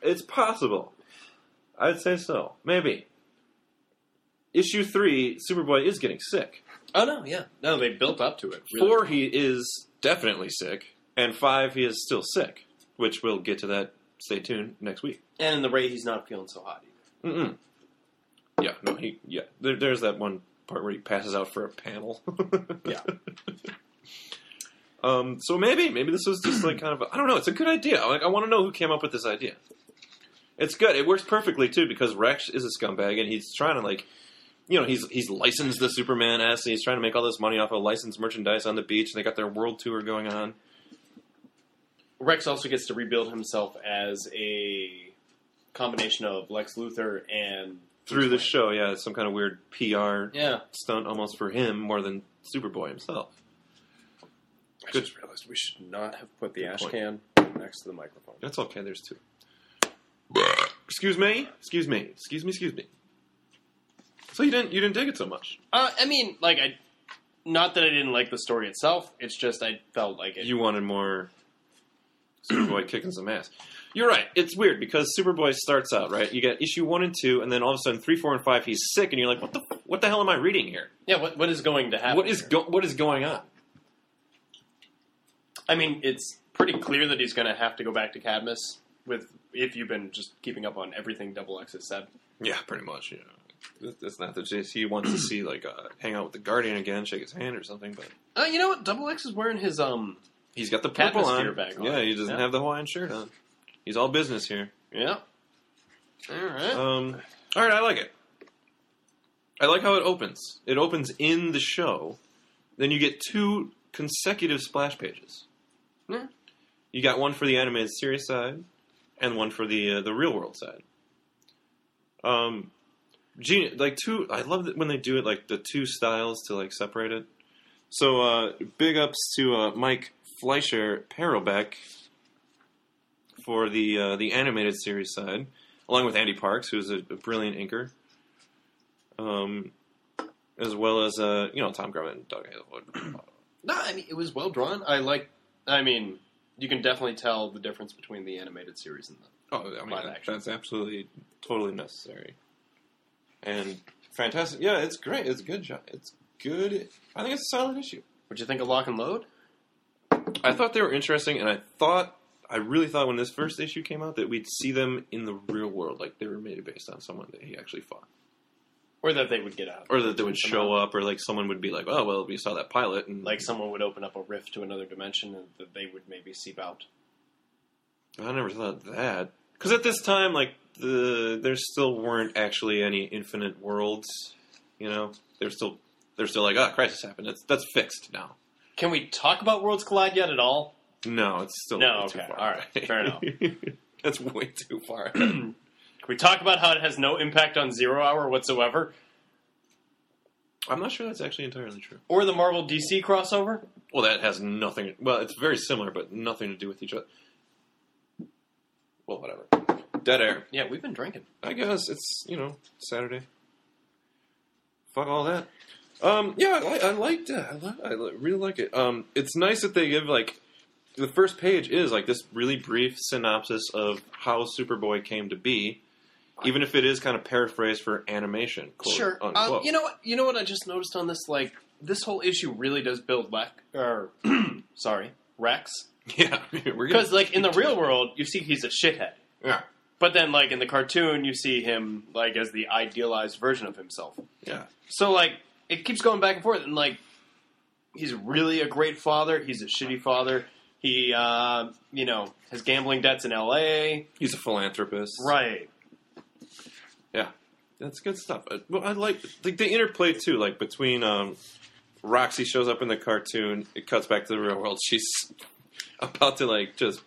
Speaker 3: it's possible. I'd say so, maybe. issue three, Superboy is getting sick.
Speaker 4: Oh no, yeah, no, they built up to it. really.
Speaker 3: Four, he is definitely sick, and five, he is still sick. Which we'll get to that. Stay tuned next week.
Speaker 4: and in the Ray, he's not feeling so hot. Either.
Speaker 3: Mm-mm. Yeah, no, he yeah. There, there's that one part where he passes out for a panel. (laughs)
Speaker 4: Yeah.
Speaker 3: Um. So maybe maybe this was just like kind of I I don't know. It's a good idea. Like I want to know who came up with this idea. It's good. It works perfectly too because Rex is a scumbag and he's trying to like. You know he's he's licensed the Superman S. And he's trying to make all this money off of licensed merchandise on the beach. And they got their world tour going on.
Speaker 4: Rex also gets to rebuild himself as a combination of Lex Luthor and
Speaker 3: through the show. Yeah, it's some kind of weird PR
Speaker 4: Yeah,
Speaker 3: stunt almost for him more than Superboy himself.
Speaker 4: I
Speaker 3: Good.
Speaker 4: just realized we should not have put the ash
Speaker 3: point.
Speaker 4: can next to the microphone.
Speaker 3: That's okay. There's two. excuse me. Excuse me. Excuse me. Excuse me. So you didn't you didn't dig it so much.
Speaker 4: Uh, I mean, like I, not that I didn't like the story itself. It's just I felt like it.
Speaker 3: You wanted more Superboy (clears throat) kicking some ass. You're right. It's weird because Superboy starts out right. You get issue one and two, and then all of a sudden three, four, and five. He's sick, and you're like, what the what the hell am I reading here?
Speaker 4: yeah, what, what is going to happen?
Speaker 3: What is
Speaker 4: here?
Speaker 3: go- what is going on?
Speaker 4: I mean, it's pretty clear that he's going to have to go back to Cadmus with if you've been just keeping up on everything Double X has said.
Speaker 3: Yeah, pretty much. Yeah, That- that's not the case. He wants to see like uh, hang out with the Guardian again, shake his hand or something, but
Speaker 4: Uh, you know what? Double X is wearing his um.
Speaker 3: He's got the purple
Speaker 4: Atmosphere
Speaker 3: on.
Speaker 4: back on.
Speaker 3: Yeah, he doesn't
Speaker 4: Yeah.
Speaker 3: have the Hawaiian shirt on. He's all business here.
Speaker 4: Yeah. All right.
Speaker 3: Um, all right, I like it. I like how it opens. It opens in the show. Then you get two consecutive splash pages.
Speaker 4: Yeah.
Speaker 3: You got one for the animated series side, and one for the uh, the real world side. Um, genius. Like two. I love that when they do it like the two styles to like separate it. So uh, big ups to uh, Mike Fleischer Perelbeck for the uh, the animated series side, along with Andy Parks, who's a, a brilliant inker, um, as well as uh, you know Tom Grumman, Doug Hazelwood.
Speaker 4: no, I mean it was well drawn. I like. I mean, you can definitely tell the difference between the animated series and the.
Speaker 3: (clears throat) Oh, I mean,
Speaker 4: Live
Speaker 3: that-
Speaker 4: action.
Speaker 3: that's absolutely totally necessary. And fantastic. Yeah, it's great. It's a good job. It's good. I think it's a solid issue.
Speaker 4: Would you think of Lock and Load?
Speaker 3: I thought they were interesting, and I thought, I really thought when this first issue came out that we'd see them in the real world, like they were made based on someone that he actually fought.
Speaker 4: Or that they would get out.
Speaker 3: Or that they would show up, or like someone would be like, oh, well, we saw that pilot, and
Speaker 4: Like someone would open up a rift to another dimension and that they would maybe seep out.
Speaker 3: I never thought that. Because at this time, like the there still weren't actually any infinite worlds. You know, they're still they're still like, oh, crisis happened. That's that's fixed now.
Speaker 4: Can we talk about Worlds Collide yet at all?
Speaker 3: No, it's still
Speaker 4: No,
Speaker 3: way too
Speaker 4: okay,
Speaker 3: far.
Speaker 4: all right,
Speaker 3: away.
Speaker 4: fair enough.
Speaker 3: (laughs) that's way too far. (clears throat)
Speaker 4: Can we talk about how it has no impact on Zero Hour whatsoever?
Speaker 3: I'm not sure that's actually entirely true.
Speaker 4: Or the Marvel DC crossover?
Speaker 3: Well, that has nothing. Well, it's very similar, but nothing to do with each other. Well, whatever. Dead air.
Speaker 4: Yeah, we've been drinking.
Speaker 3: I guess it's you know Saturday. Fuck all that. Um, yeah, I, I liked it. I, li- I li- really like it. Um, it's nice that they give like the first page is like this really brief synopsis of how Superboy came to be, even if it is kind of paraphrased for animation. Quote,
Speaker 4: sure. Um,
Speaker 3: Unquote.
Speaker 4: you know what? You know what I just noticed on this? Like, this whole issue really does build Lex. Or, (clears throat) sorry, Rex.
Speaker 3: (laughs) yeah, (laughs) we're gonna,
Speaker 4: Because, like, in the real world, you see he's a shithead.
Speaker 3: yeah,
Speaker 4: But then, like, in the cartoon, you see him, like, as the idealized version of himself.
Speaker 3: yeah.
Speaker 4: So like it keeps going back and forth, and like he's really a great father. He's a shitty father. He uh, you know has gambling debts in L.A.
Speaker 3: He's a philanthropist,
Speaker 4: Right.
Speaker 3: Yeah, that's good stuff. Uh, Well, I like like the interplay too, like between um, Roxy shows up in the cartoon, it cuts back to the real world. She's (laughs) about to like just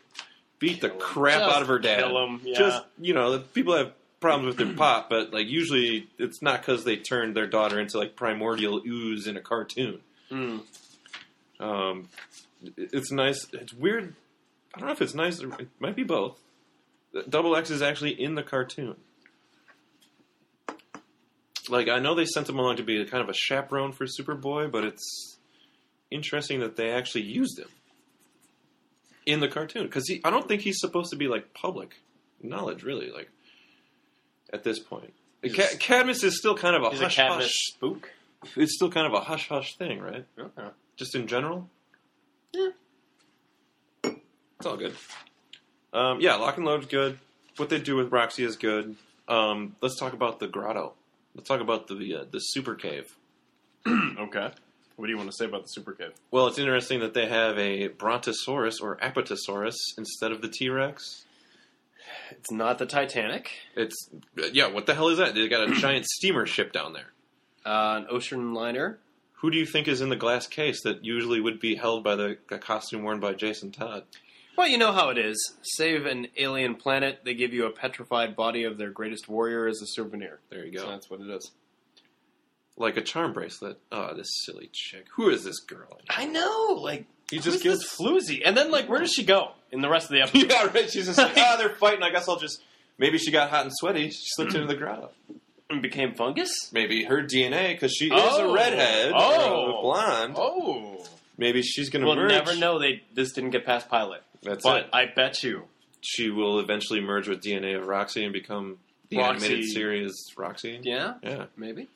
Speaker 3: beat the
Speaker 4: Kill him.
Speaker 3: crap
Speaker 4: Just
Speaker 3: out of her dad.
Speaker 4: kill him, yeah.
Speaker 3: Just you know, the people have problems with their pop, but like usually it's not because they turned their daughter into like primordial ooze in a cartoon.
Speaker 4: Mm.
Speaker 3: Um, it- it's nice. It's weird. I don't know if it's nice. or- It might be both. Double X is actually in the cartoon. Like I know they sent him along to be kind of a chaperone for Superboy, but it's interesting that they actually used him in the cartoon because I don't think he's supposed to be like public knowledge really. Like at this point, Ca- Cadmus is still kind of a
Speaker 4: Is a
Speaker 3: hush
Speaker 4: Cadmus
Speaker 3: hush.
Speaker 4: spook?
Speaker 3: It's still kind of a hush hush thing, right? Just in general. It's all good. Um, yeah, lock and load's good. What they do with Roxy is good. Um, let's talk about the grotto. Let's talk about the uh, the super cave.
Speaker 4: Okay. What do you want to say about the super cave?
Speaker 3: Well, it's interesting that they have a Brontosaurus or Apatosaurus instead of the T Rex.
Speaker 4: It's not the Titanic.
Speaker 3: It's yeah, what the hell is that? They got a giant steamer ship down there.
Speaker 4: Uh, an ocean liner.
Speaker 3: Who do you think is in the glass case that usually would be held by the, the costume worn by Jason Todd?
Speaker 4: Well, you know how it is. Save an alien planet, they give you a petrified body of their greatest warrior as a souvenir.
Speaker 3: There you go.
Speaker 4: So that's what it is.
Speaker 3: like a charm bracelet. Oh, this silly chick. Who is this girl?
Speaker 4: I know. Like
Speaker 3: He
Speaker 4: who's this floozy, and then like where does she go in the rest of the episode?
Speaker 3: (laughs) yeah, right. She's just like, oh, they're fighting. I guess I'll just. Maybe she got hot and sweaty. She slipped into the grotto.
Speaker 4: And became fungus.
Speaker 3: Maybe her DNA, because she is a
Speaker 4: Oh.
Speaker 3: redhead,
Speaker 4: Oh.
Speaker 3: or a blonde.
Speaker 4: Oh,
Speaker 3: Maybe she's gonna
Speaker 4: we'll
Speaker 3: merge.
Speaker 4: never know. They this didn't get past pilot,
Speaker 3: That's
Speaker 4: but
Speaker 3: it.
Speaker 4: I bet you
Speaker 3: She will eventually merge with DNA of Roxy and become the
Speaker 4: Roxy.
Speaker 3: animated series Roxy.
Speaker 4: Yeah,
Speaker 3: Yeah.
Speaker 4: maybe.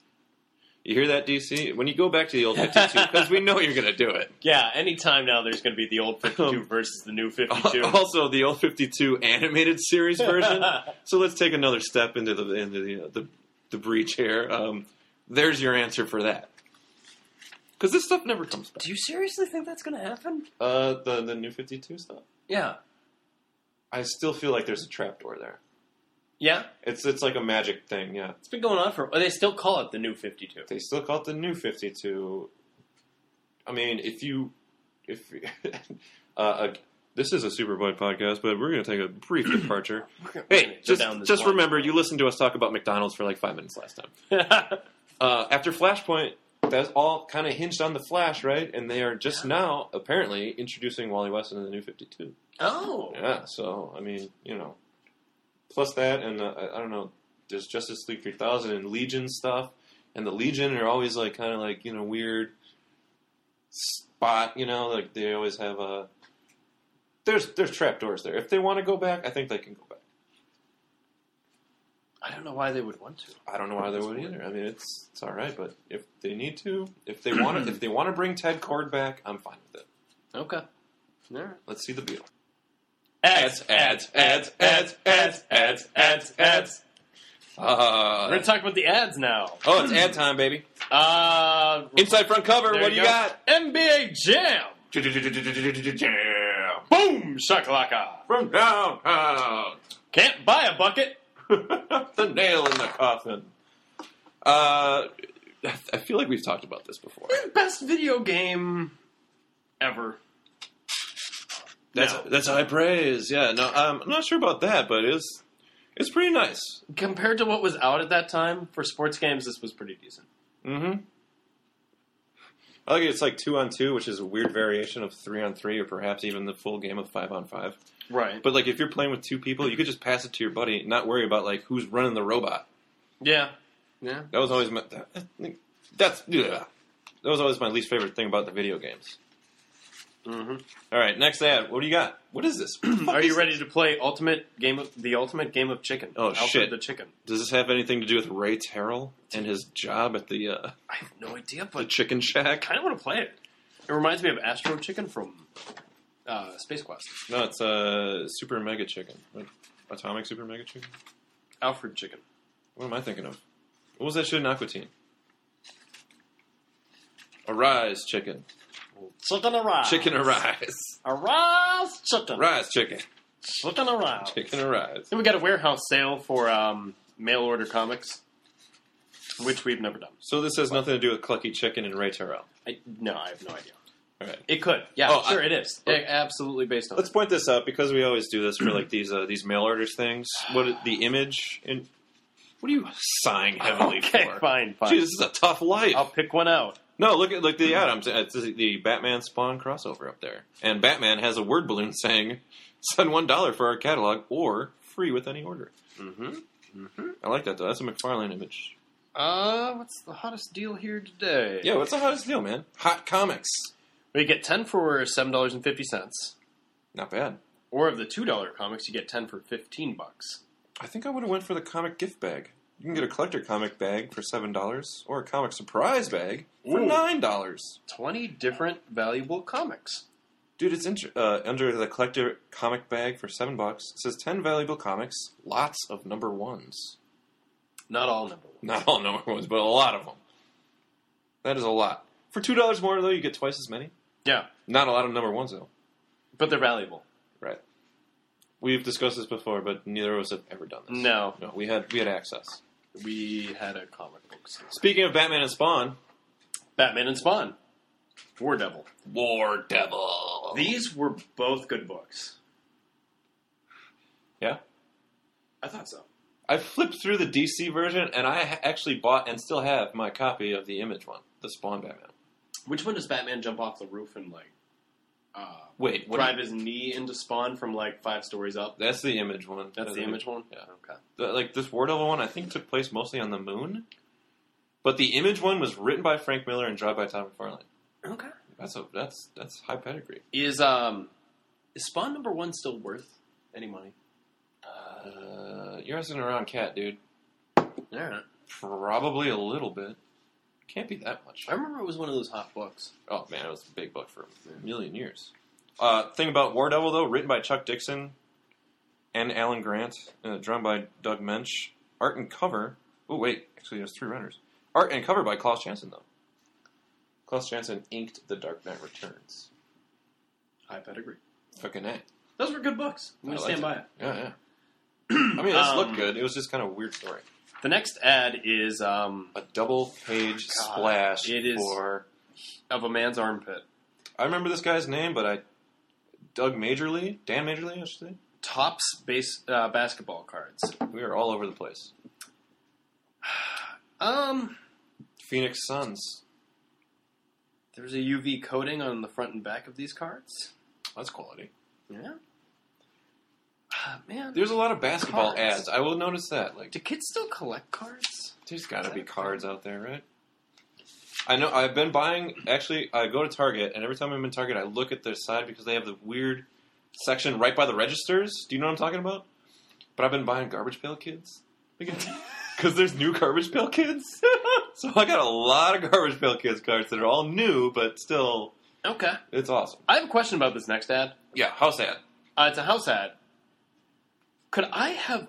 Speaker 3: You hear that, DC? When you go back to the
Speaker 4: (laughs)
Speaker 3: old 52, because we know you're gonna do it.
Speaker 4: Yeah, anytime now there's going to be the old 52
Speaker 3: Um,
Speaker 4: versus the (laughs) new 52.
Speaker 3: (laughs) Also, the old 52 animated series (laughs) version. So let's take another step into the into the uh, the, the breach here. Um, there's your answer for that. Because this stuff never comes back.
Speaker 4: Do you seriously think that's going to happen?
Speaker 3: Uh, the the new Fifty Two stuff.
Speaker 4: Yeah.
Speaker 3: I still feel like there's a trapdoor there.
Speaker 4: Yeah,
Speaker 3: It's it's like a magic thing. Yeah,
Speaker 4: it's been going on for. oh, They still call it the new 52.
Speaker 3: they still call it the new Fifty Two. I mean, if you if (laughs) uh, uh, this is a Superboy podcast, but we're going to take a brief (coughs) departure. Hey, just just remember, you listened to us talk about McDonald's for like five minutes last time. uh, after Flashpoint, that's all kind of hinged on the Flash, right? And they are just now apparently introducing Wally West into the New Fifty Two.
Speaker 4: (laughs) oh,
Speaker 3: Yeah, so I mean, you know, plus that, and uh, I- I don't know, there's Justice League Three Thousand and Legion stuff, and the Legion are always like kind of like you know weird spot, you know, like they always have a. There's there's trapdoors there. If they want to go back, I think they can go back.
Speaker 4: I don't know why they would want to.
Speaker 3: I don't know why they would either. I mean, it's it's all right, but if they need to, if they want to, if they want to bring Ted Cord back, I'm fine with it.
Speaker 4: Okay. All right.
Speaker 3: Let's see the Beetle.
Speaker 4: Ads, ads, ads, ads, ads, ads, ads, ads. We're
Speaker 3: Uh,
Speaker 4: going to talk about the ads now.
Speaker 3: oh, it's ad time, baby!
Speaker 4: Uh,
Speaker 3: Inside front cover.
Speaker 4: there
Speaker 3: what do you
Speaker 4: go.
Speaker 3: got?
Speaker 4: NBA Jam.
Speaker 3: Jam
Speaker 4: Boom, shakalaka.
Speaker 3: from downtown. (laughs)
Speaker 4: Can't buy a bucket.
Speaker 3: the nail in the coffin. Uh, I feel like we've talked about this before.
Speaker 4: Best video game ever.
Speaker 3: That's
Speaker 4: No.
Speaker 3: that's high praise. Yeah, no, um, I'm not sure about that, but it's it's pretty nice.
Speaker 4: Compared to what was out at that time, for sports games, this was pretty decent.
Speaker 3: Mm-hmm. I like it. It's like two on two, which is a weird variation of three on three, or perhaps even the full game of five on five.
Speaker 4: Right.
Speaker 3: But like, if you're playing with two people, you could just pass it to your buddy, and not worry about like who's running the robot.
Speaker 4: Yeah. Yeah.
Speaker 3: That was always my that, that's yeah. that was always my least favorite thing about the video games.
Speaker 4: Mm-hmm.
Speaker 3: All right, next ad. What do you got? What is
Speaker 4: (clears throat)
Speaker 3: this? What the fuck
Speaker 4: Are
Speaker 3: is-
Speaker 4: you ready to play Ultimate Game of the Ultimate Game of Chicken?
Speaker 3: Oh,
Speaker 4: Alfred
Speaker 3: shit.
Speaker 4: The chicken.
Speaker 3: Does this have anything to do with Ray Terrell and his job at the uh,
Speaker 4: I have no idea,
Speaker 3: the
Speaker 4: but
Speaker 3: Chicken Shack?
Speaker 4: kind of want to play it. It reminds me of Astro Chicken from uh, Space Quest.
Speaker 3: No, it's uh, Super Mega Chicken, Like, Atomic Super Mega Chicken.
Speaker 4: Alfred Chicken.
Speaker 3: What am I thinking of? What was that shit in Aqua Teen? Arise, chicken.
Speaker 4: Chicken arise.
Speaker 3: Chicken arise.
Speaker 4: Arise, chicken.
Speaker 3: Rise, chicken.
Speaker 4: Chicken arise.
Speaker 3: Chicken arise.
Speaker 4: Then we got a warehouse sale for um, mail order comics, which we've never done.
Speaker 3: So this has nothing to do with Clucky Chicken and Ray Terrell.
Speaker 4: I, no, I have no idea.
Speaker 3: All right.
Speaker 4: It could. Yeah,
Speaker 3: Oh,
Speaker 4: sure,
Speaker 3: I-
Speaker 4: it is.
Speaker 3: Oh.
Speaker 4: A- absolutely based on
Speaker 3: Let's point this out because we always do this for like these uh, these mail orders things. What the image in? What are you sighing
Speaker 4: it.
Speaker 3: heavily
Speaker 4: okay,
Speaker 3: for?
Speaker 4: fine, fine.
Speaker 3: Jeez, this is a tough life.
Speaker 4: I'll pick one out.
Speaker 3: No, look at look the ad. I'm it's the Batman Spawn crossover up there, and Batman has a word balloon saying, "Send one dollar for our catalog or free with any order."
Speaker 4: Mm-hmm.
Speaker 3: I like that though. That's a McFarlane image.
Speaker 4: Uh, what's the hottest deal here today?
Speaker 3: Yeah, what's the hottest deal, man? Hot comics.
Speaker 4: We get 10 for $7.50,
Speaker 3: Not bad.
Speaker 4: or of the $2 comics, you get 10 for 15 bucks.
Speaker 3: I think I would have went for the comic gift bag. You can get a collector comic bag for seven dollars, or a comic surprise bag for
Speaker 4: Ooh.
Speaker 3: nine dollars.
Speaker 4: Twenty different valuable comics.
Speaker 3: Dude, it's inter- uh, under the collector comic bag for seven bucks. It says ten valuable comics, lots of number ones.
Speaker 4: Not all number one.
Speaker 3: Not all number ones, but a lot of them. That is a lot. For two dollars more, though, you get twice as many.
Speaker 4: Yeah,
Speaker 3: Not a lot of number ones, though.
Speaker 4: but they're valuable.
Speaker 3: Right. We've discussed this before, but neither of us have ever done this.
Speaker 4: No.
Speaker 3: no, we had we had access.
Speaker 4: We had a comic book store.
Speaker 3: Speaking of Batman and Spawn,
Speaker 4: Batman and Spawn, War Devil.
Speaker 3: War Devil.
Speaker 4: These were both good books.
Speaker 3: yeah,
Speaker 4: I thought so.
Speaker 3: I flipped through the DC version, and I ha- actually bought and still have my copy of the Image one, the Spawn Batman.
Speaker 4: Which one does Batman jump off the roof and like uh,
Speaker 3: Wait, what?
Speaker 4: drive his knee into Spawn from like five stories up?
Speaker 3: That's the Image one.
Speaker 4: That's the image one.
Speaker 3: Yeah.
Speaker 4: Okay.
Speaker 3: The- like this War Devil one, I think took place mostly on the moon, but the Image one was written by Frank Miller and drawn by Tom McFarlane.
Speaker 4: Okay.
Speaker 3: That's a that's that's high pedigree.
Speaker 4: Is um, is Spawn number one still worth any money?
Speaker 3: Uh, you're asking around, cat, dude.
Speaker 4: All right.
Speaker 3: Probably a little bit. Can't be that much.
Speaker 4: I remember it was one of those hot books.
Speaker 3: Oh man, it was a big book for a million years. Uh, thing about War Devil though, written by Chuck Dixon and Alan Grant, uh, drawn by Doug Mensch. Art and cover. Oh wait, actually there's three runners. Art and cover by Klaus Janson though. Klaus Janson inked The Dark Knight Returns.
Speaker 4: High pedigree.
Speaker 3: Fucking A.
Speaker 4: Those were good books. I'm gonna
Speaker 3: I
Speaker 4: stand by
Speaker 3: liked
Speaker 4: it.
Speaker 3: Yeah,
Speaker 4: (clears throat)
Speaker 3: yeah. I mean, this
Speaker 4: Um,
Speaker 3: looked good. It was just kind of a weird story.
Speaker 4: The next ad is um,
Speaker 3: A double page
Speaker 4: God,
Speaker 3: splash
Speaker 4: it is-
Speaker 3: for
Speaker 4: of a man's armpit.
Speaker 3: I remember this guy's name, but I Doug Majorly, Dan Majorly, I should say.
Speaker 4: Tops base uh, basketball cards.
Speaker 3: We are all over the place.
Speaker 4: Um,
Speaker 3: Phoenix Suns.
Speaker 4: There's a UV coating on the front and back of these cards.
Speaker 3: That's quality.
Speaker 4: Yeah. Ah, man.
Speaker 3: There's a lot of basketball
Speaker 4: Cards.
Speaker 3: ads. I will notice that. Like,
Speaker 4: Do kids still collect cards?
Speaker 3: there's got to be cards out there, right? I know. I've been buying. Actually, I go to Target, and every time I'm in Target, I look at their side because they have the weird section right by the registers. Do you know what I'm talking about? But I've been buying Garbage Pail Kids (laughs) because there's new Garbage Pail Kids. (laughs) so I got a lot of Garbage Pail Kids cards that are all new, but still
Speaker 4: Okay.
Speaker 3: It's awesome.
Speaker 4: I have a question about this next ad.
Speaker 3: Yeah, how sad.
Speaker 4: Uh, it's a house ad. Could I have,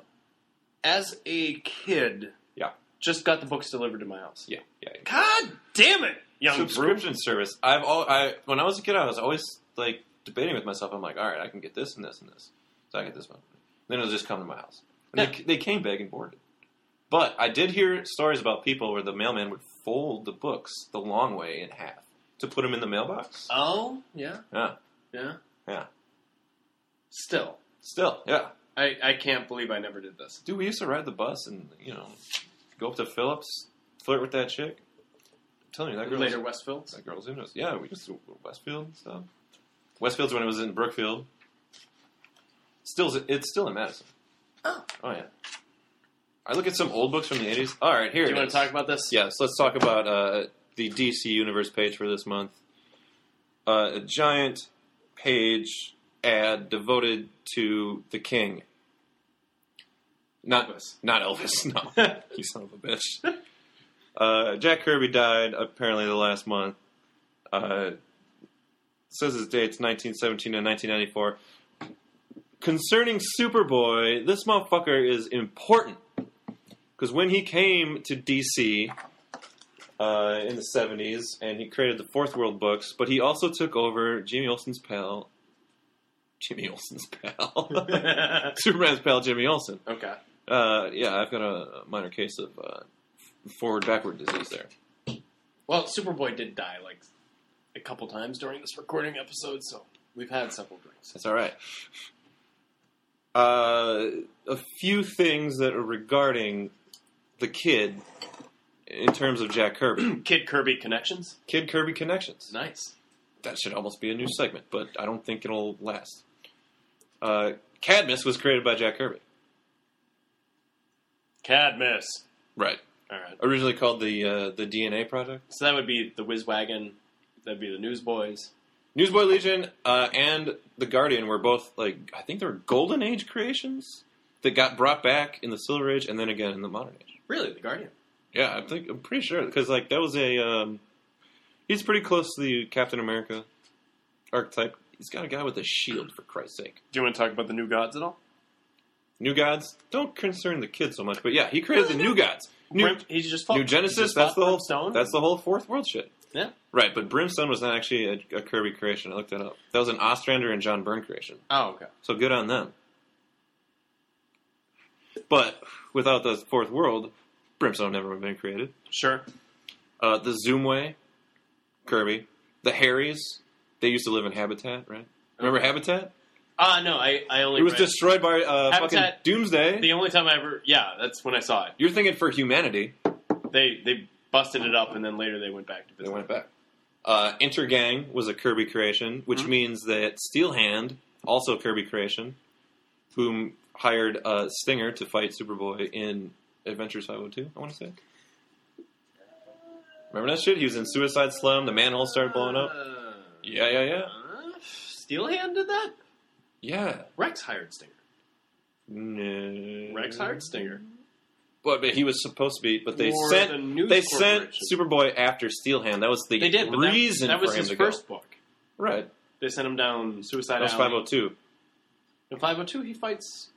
Speaker 4: as a kid,
Speaker 3: Yeah,
Speaker 4: just got the books delivered to my house?
Speaker 3: yeah, yeah. yeah.
Speaker 4: God damn it, young group.
Speaker 3: Subscription service. I've all I when I was a kid, I was always like debating with myself. I'm like, all right, I can get this and this and this. So I get this one. Then it'll just come to my house. And they, they came bag and boarded. But I did hear stories about people where the mailman would fold the books the long way in half to put them in the mailbox.
Speaker 4: Oh, yeah,
Speaker 3: Yeah,
Speaker 4: yeah.
Speaker 3: yeah.
Speaker 4: Still,
Speaker 3: Still, yeah.
Speaker 4: I, I can't believe I never did this.
Speaker 3: Dude, we used to ride the bus and you know go up to Phillips, flirt with that chick. I'm telling you that girl.
Speaker 4: Later, Westfields.
Speaker 3: That girls' windows. Yeah, we just Westfield and stuff. Westfield's when it was in Brookfield. Still, it's still in Madison.
Speaker 4: Oh.
Speaker 3: Oh yeah. I look at some old books from the eighties. All right, here
Speaker 4: Do
Speaker 3: it
Speaker 4: you want
Speaker 3: is.
Speaker 4: to talk about this?
Speaker 3: Yes, let's talk about uh, the DC Universe page for this month. Uh, a giant page ad devoted to the King. Not
Speaker 4: Elvis.
Speaker 3: not Elvis. (laughs) No, you son of a bitch. Uh, Jack Kirby died apparently the last month. Uh, says his dates 1917 and 1994. Concerning Superboy, this motherfucker is important because when he came to DC uh, in the 70s and he created the Fourth World books, but he also took over Jimmy Olsen's pal. Jimmy Olsen's pal. (laughs) Superman's pal, Jimmy Olsen.
Speaker 4: (laughs) okay.
Speaker 3: Uh, yeah, I've got a minor case of uh, forward backward disease there.
Speaker 4: Well, Superboy did die like a couple times during this recording episode, so we've had several drinks.
Speaker 3: That's all right. Uh, a few things that are regarding the kid in terms of Jack Kirby. (clears throat)
Speaker 4: Kid Kirby connections.
Speaker 3: kid Kirby connections.
Speaker 4: Nice.
Speaker 3: that should almost be a new segment, but I don't think it'll last. Uh, Cadmus was created by Jack Kirby.
Speaker 4: Cadmus.
Speaker 3: Right.
Speaker 4: All right.
Speaker 3: Originally called the uh, the DNA Project.
Speaker 4: So that would be the Whiz Wagon. That'd be the Newsboys.
Speaker 3: Newsboy Legion uh, and the Guardian were both like I think they were Golden Age creations that got brought back in the Silver Age and then again in the Modern Age.
Speaker 4: Really, the Guardian.
Speaker 3: Yeah, I think I'm pretty sure because like that was a um, he's pretty close to the Captain America archetype. He's got a guy with a shield for Christ's sake.
Speaker 4: Do you want to talk about the New Gods at all?
Speaker 3: New Gods don't concern the kids so much, but yeah, he created the New Gods. New,
Speaker 4: Brim- he's just
Speaker 3: New
Speaker 4: he
Speaker 3: Genesis.
Speaker 4: just
Speaker 3: That's
Speaker 4: fought
Speaker 3: the whole
Speaker 4: Brimstone.
Speaker 3: That's the whole fourth world shit.
Speaker 4: yeah.
Speaker 3: Right, but Brimstone was not actually a, a Kirby creation. I looked that up. That was an Ostrander and John Byrne creation.
Speaker 4: Oh, okay.
Speaker 3: So good on them. But without the fourth world, Brimstone never would have been created.
Speaker 4: Sure.
Speaker 3: Uh, the Zoomway, Kirby, the Harrys. They used to live in Habitat, right? Remember Habitat?
Speaker 4: Uh no, I I only
Speaker 3: It was
Speaker 4: read-
Speaker 3: destroyed by uh, fucking
Speaker 4: Habitat-
Speaker 3: Doomsday.
Speaker 4: the only time I ever yeah that's when I saw it.
Speaker 3: You're thinking for humanity.
Speaker 4: They they busted it up and then later they went back to
Speaker 3: They
Speaker 4: business.
Speaker 3: went back. Uh, Intergang was a Kirby creation, which
Speaker 4: Hmm.
Speaker 3: means that Steel Hand, also Kirby creation, whom hired uh, Stinger to fight Superboy in Adventures 502, I want to say. Remember that shit? He was in Suicide Slum, the manhole started blowing up.
Speaker 4: Uh,
Speaker 3: Yeah, yeah, yeah.
Speaker 4: uh, Steelhand did that.
Speaker 3: Yeah.
Speaker 4: Rex hired Stinger.
Speaker 3: No.
Speaker 4: Rex hired Stinger.
Speaker 3: Well, but he was supposed to be, but they
Speaker 4: For
Speaker 3: sent
Speaker 4: the news
Speaker 3: they sent
Speaker 4: corporation.
Speaker 3: Superboy after Steel Hand. That was the
Speaker 4: They did. But that-
Speaker 3: reason
Speaker 4: that, was
Speaker 3: for
Speaker 4: his
Speaker 3: him to
Speaker 4: first book.
Speaker 3: go. Right.
Speaker 4: They sent him down Suicide
Speaker 3: That was
Speaker 4: Alley.
Speaker 3: 502.
Speaker 4: In 502, he fights.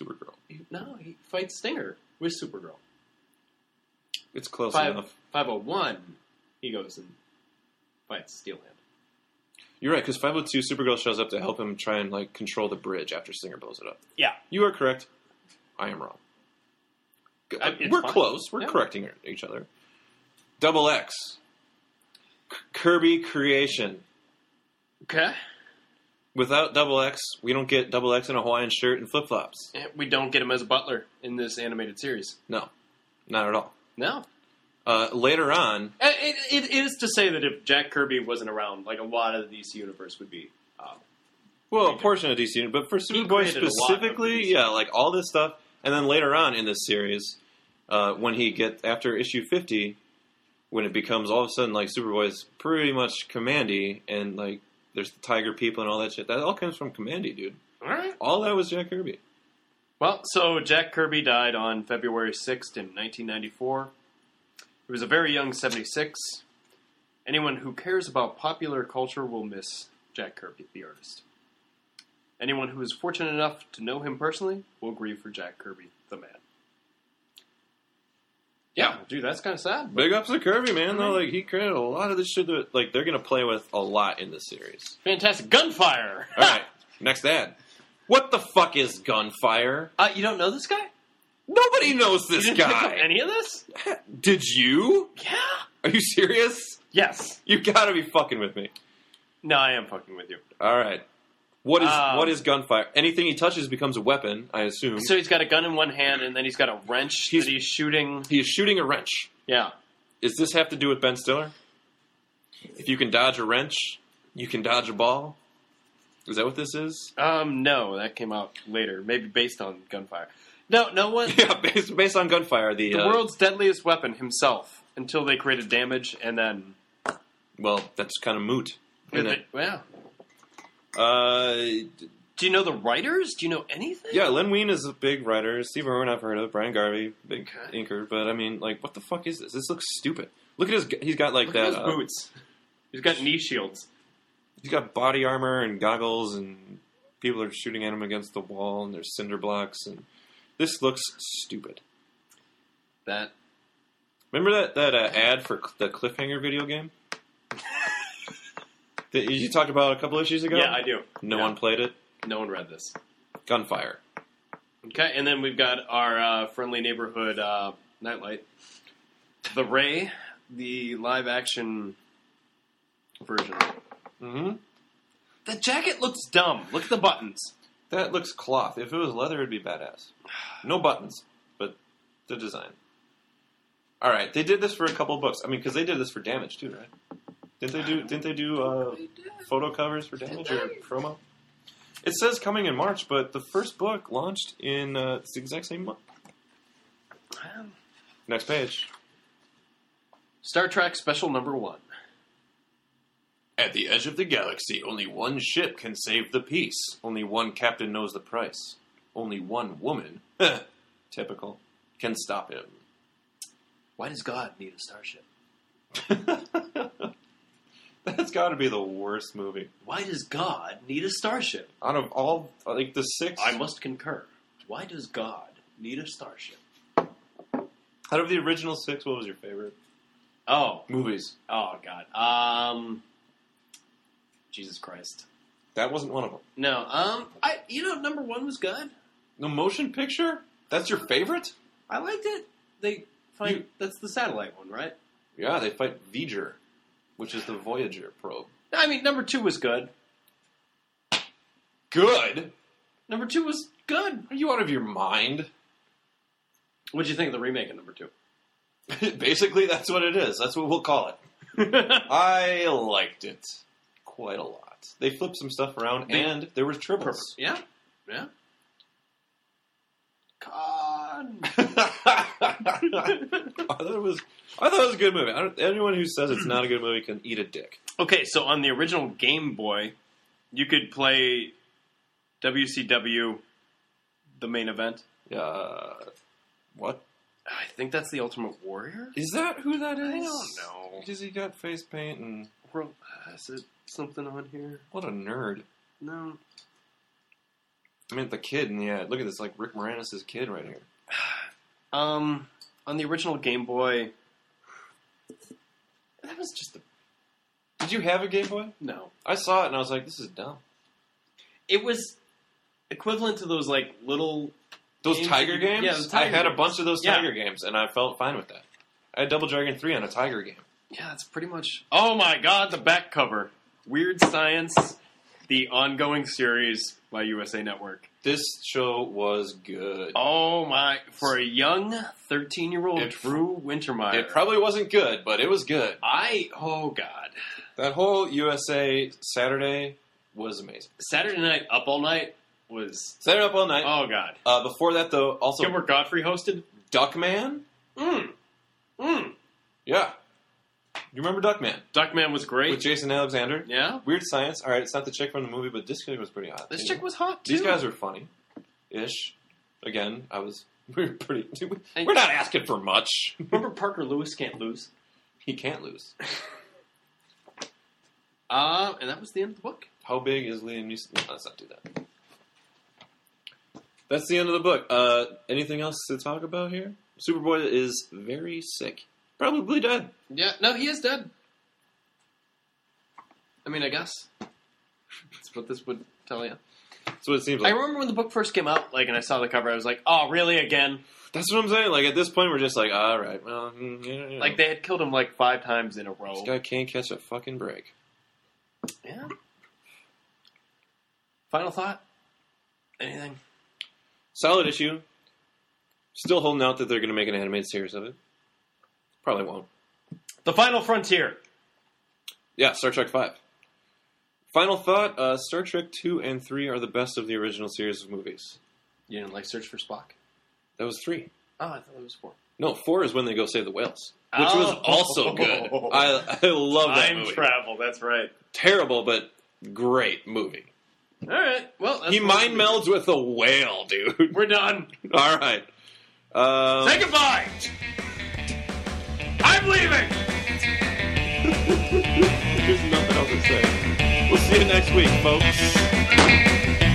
Speaker 3: Supergirl.
Speaker 4: he- No, he fights Stinger with Supergirl.
Speaker 3: It's close
Speaker 4: Five,
Speaker 3: enough.
Speaker 4: 501, he goes and fights Steelhand.
Speaker 3: You're right, because 502 Supergirl shows up to help him try and like control the bridge after Stinger blows it up.
Speaker 4: Yeah.
Speaker 3: You are correct. I am wrong. G-
Speaker 4: I- it's
Speaker 3: We're
Speaker 4: fine.
Speaker 3: close. We're
Speaker 4: Yeah.
Speaker 3: correcting each other. Double X. K- Kirby creation.
Speaker 4: Okay.
Speaker 3: Without Double X, we don't get Double X in a Hawaiian shirt and flip flops.
Speaker 4: We don't get him as a butler in this animated series.
Speaker 3: No, not at all.
Speaker 4: No.
Speaker 3: Uh, later on,
Speaker 4: Uh, It, it, it is to say that if Jack Kirby wasn't around, like a lot of the DC universe would be. Uh,
Speaker 3: well, a portion of DC, but for Superboy
Speaker 4: created a lot of
Speaker 3: specifically,
Speaker 4: DC.
Speaker 3: yeah, like all this stuff. And then later on in this series, uh, when he gets after issue fifty, when it becomes all of a sudden like Superboy's pretty much Commandy, and like there's the Tiger people and all that shit. That all comes from Commandy, dude.
Speaker 4: all right.
Speaker 3: All that was Jack Kirby.
Speaker 4: Well, so Jack Kirby died on February 6th in 1994. He was a very young 76. Anyone who cares about popular culture will miss Jack Kirby, the artist. Anyone who is fortunate enough to know him personally will grieve for Jack Kirby, the man. Yeah, dude, that's kind of sad.
Speaker 3: Big ups to Kirby, man. Though, like he created a lot of this shit that like they're gonna play with a lot in this series.
Speaker 4: Fantastic gunfire.
Speaker 3: All right, next ad. What the fuck is gunfire?
Speaker 4: Uh, you don't know this guy?
Speaker 3: Nobody knows
Speaker 4: You
Speaker 3: this
Speaker 4: didn't pick up
Speaker 3: guy.
Speaker 4: any of this?
Speaker 3: (laughs) Did you?
Speaker 4: Yeah.
Speaker 3: Are you serious?
Speaker 4: Yes.
Speaker 3: You gotta be fucking with me.
Speaker 4: No, I am fucking with you.
Speaker 3: All right. What is
Speaker 4: Um,
Speaker 3: what is gunfire? Anything he touches becomes a weapon. I assume.
Speaker 4: So he's got a gun in one hand, and then he's got a wrench
Speaker 3: He's-
Speaker 4: that he's shooting.
Speaker 3: he is shooting a wrench.
Speaker 4: Yeah.
Speaker 3: Does this have to do with Ben Stiller? If you can dodge a wrench, you can dodge a ball. Is that what this is? (laughs)
Speaker 4: Um, no, that came out later. Maybe based on gunfire. No, no one.
Speaker 3: (laughs) Yeah, based, based on gunfire. The,
Speaker 4: The
Speaker 3: uh,
Speaker 4: world's deadliest weapon himself, until they created damage, and then.
Speaker 3: Well, that's kind of moot. isn't it?
Speaker 4: yeah.
Speaker 3: Uh,
Speaker 4: Do you know the writers? Do you know anything?
Speaker 3: Yeah, Len Wein is a big writer. Steve Irwin, I've heard of. Brian Garvey, big
Speaker 4: Okay.
Speaker 3: inker. But I mean, like, what the fuck is this? This looks stupid. Look at his. g- He's got like
Speaker 4: Look
Speaker 3: that.
Speaker 4: at those
Speaker 3: uh,
Speaker 4: boots. He's got knee shields.
Speaker 3: he's got body armor and goggles, and people are shooting at him against the wall, and there's cinder blocks, and this looks stupid.
Speaker 4: That.
Speaker 3: Remember that that uh, ad for cl- the cliffhanger video
Speaker 4: (laughs)
Speaker 3: game that you talked about a couple issues ago?
Speaker 4: Yeah, I do.
Speaker 3: No
Speaker 4: Yeah.
Speaker 3: one played it.
Speaker 4: No one read this.
Speaker 3: Gunfire.
Speaker 4: Okay, and then we've got our uh, friendly neighborhood uh, nightlight, the Ray, the live action version.
Speaker 3: Mm-hmm.
Speaker 4: The jacket looks dumb. Look at the buttons.
Speaker 3: That looks cloth. If it was leather, it'd be badass. No buttons, but the design. All right, they did this for a couple books. I mean, because they did this for damage too, right? Didn't they do? Didn't they do uh, photo covers for damage or promo? It says coming in March, but the first book launched in uh, it's the exact same month. Next page.
Speaker 4: Star Trek Special Number One.
Speaker 3: At the edge of the galaxy, only one ship can save the peace. Only one captain knows the price. Only one woman. (laughs) Typical. can stop him.
Speaker 4: Why does God need a starship?
Speaker 3: (laughs) That's got to be the worst movie
Speaker 4: Why does God need a starship?
Speaker 3: out of all like the six.
Speaker 4: I must concur. Why does God need a starship?
Speaker 3: out of the original six, what was your favorite
Speaker 4: Oh,
Speaker 3: movies?
Speaker 4: oh God. Um, Jesus Christ.
Speaker 3: That wasn't one of them.
Speaker 4: No, um, I you know number one was good.
Speaker 3: The motion picture. That's your favorite?
Speaker 4: I liked it. They find
Speaker 3: You-
Speaker 4: that's the satellite one, right?
Speaker 3: Yeah, they fight V'ger, which is the Voyager probe.
Speaker 4: No, I mean number two was good.
Speaker 3: Good.
Speaker 4: Number two was good.
Speaker 3: Are you out of your mind? (laughs)
Speaker 4: What'd you think of the remake of number (laughs) two?
Speaker 3: Basically, that's what it is. That's what we'll call it. I liked it quite a lot. They flipped some stuff around,
Speaker 4: They-
Speaker 3: and there was triples.
Speaker 4: yeah, yeah. God.
Speaker 3: (laughs) I thought it was. I thought it was a good movie. I don't, anyone who says it's not a good movie can eat a dick.
Speaker 5: Okay, so on the original Game Boy, you could play WCW, the main event.
Speaker 3: Uh, what
Speaker 4: I think that's the Ultimate Warrior.
Speaker 3: is that? Who that is?
Speaker 4: I don't know.
Speaker 3: Because he got face paint and
Speaker 4: World, is it something on here?
Speaker 3: what a nerd.
Speaker 4: No.
Speaker 3: I mean, the kid in the ad. Look at this, like Rick Moranis' kid right here.
Speaker 4: Um, on the original Game Boy, that was just a
Speaker 3: Did you have a Game Boy?
Speaker 4: no.
Speaker 3: I saw it and I was like, this is dumb.
Speaker 4: It was equivalent to those like little
Speaker 3: Those
Speaker 4: Games-
Speaker 3: Tiger games?
Speaker 4: yeah, those Tiger
Speaker 3: I had a
Speaker 4: games.
Speaker 3: bunch of those
Speaker 4: Yeah.
Speaker 3: Tiger games and I felt fine with that. I had Double Dragon 3 on a Tiger game.
Speaker 4: yeah. That's pretty much
Speaker 5: Oh my god, the back cover. Weird Science, the ongoing series by USA Network.
Speaker 3: This show was good.
Speaker 5: Oh my.
Speaker 4: for a young thirteen-year-old
Speaker 3: It-
Speaker 4: Drew Wintermeyer.
Speaker 3: It probably wasn't good, but it was good.
Speaker 4: I oh god.
Speaker 3: That whole USA Saturday was amazing.
Speaker 4: Saturday night up all night was
Speaker 3: Saturday Up All Night.
Speaker 5: Oh god.
Speaker 3: Uh, before that, though, also
Speaker 5: Gilbert Godfrey hosted?
Speaker 3: Duckman.
Speaker 5: Mm. Mm.
Speaker 3: Yeah. You remember Duckman
Speaker 5: Duckman was great.
Speaker 3: with Jason Alexander?
Speaker 5: yeah?
Speaker 3: Weird Science. All right, it's not the chick from the movie, but this chick was pretty hot.
Speaker 4: This
Speaker 3: you know?
Speaker 4: chick was hot too.
Speaker 3: These guys were funny, ish. Again, I was (laughs) we're pretty.
Speaker 4: Hey.
Speaker 3: We're not asking for much. (laughs)
Speaker 4: remember Parker Lewis can't lose.
Speaker 3: He can't lose.
Speaker 4: Uh, and that was the end of the book.
Speaker 3: How big is Liam Neeson? No, let's not do that. That's the end of the book. Uh, anything else to talk about here? Superboy is very sick. Probably dead.
Speaker 4: Yeah, no, he is dead. I mean, I guess that's what this would tell you.
Speaker 3: That's what it seems
Speaker 4: I
Speaker 3: like.
Speaker 4: remember when the book first came out, like, and I saw the cover, I was like, "Oh, really? Again?"
Speaker 3: That's what I'm saying. Like at this point, we're just like, all right, well, mm, yeah, yeah.
Speaker 4: Like they had killed him like five times in a row.
Speaker 3: this guy can't catch a fucking break.
Speaker 4: Yeah. Final thought? Anything?
Speaker 3: Solid issue. Still holding out that they're going to make an animated series of it. Probably won't.
Speaker 5: the Final Frontier.
Speaker 3: Yeah, Star Trek Five. Final thought: uh, Star Trek Two and Three are the best of the original series of movies.
Speaker 4: You didn't like Search for Spock?
Speaker 3: That was three.
Speaker 4: Oh, I thought it was four.
Speaker 3: No, four is when they go save the whales, which was
Speaker 5: Oh.
Speaker 3: also good. I I love that
Speaker 5: Time
Speaker 3: movie.
Speaker 5: travel, that's right.
Speaker 3: Terrible, but great movie.
Speaker 4: All right. Well, that's
Speaker 3: he mind melds with a whale, dude. (laughs)
Speaker 5: We're done.
Speaker 3: All right. Um,
Speaker 5: Say goodbye. I'm leaving.
Speaker 3: there's nothing else to say. We'll see you next week, folks.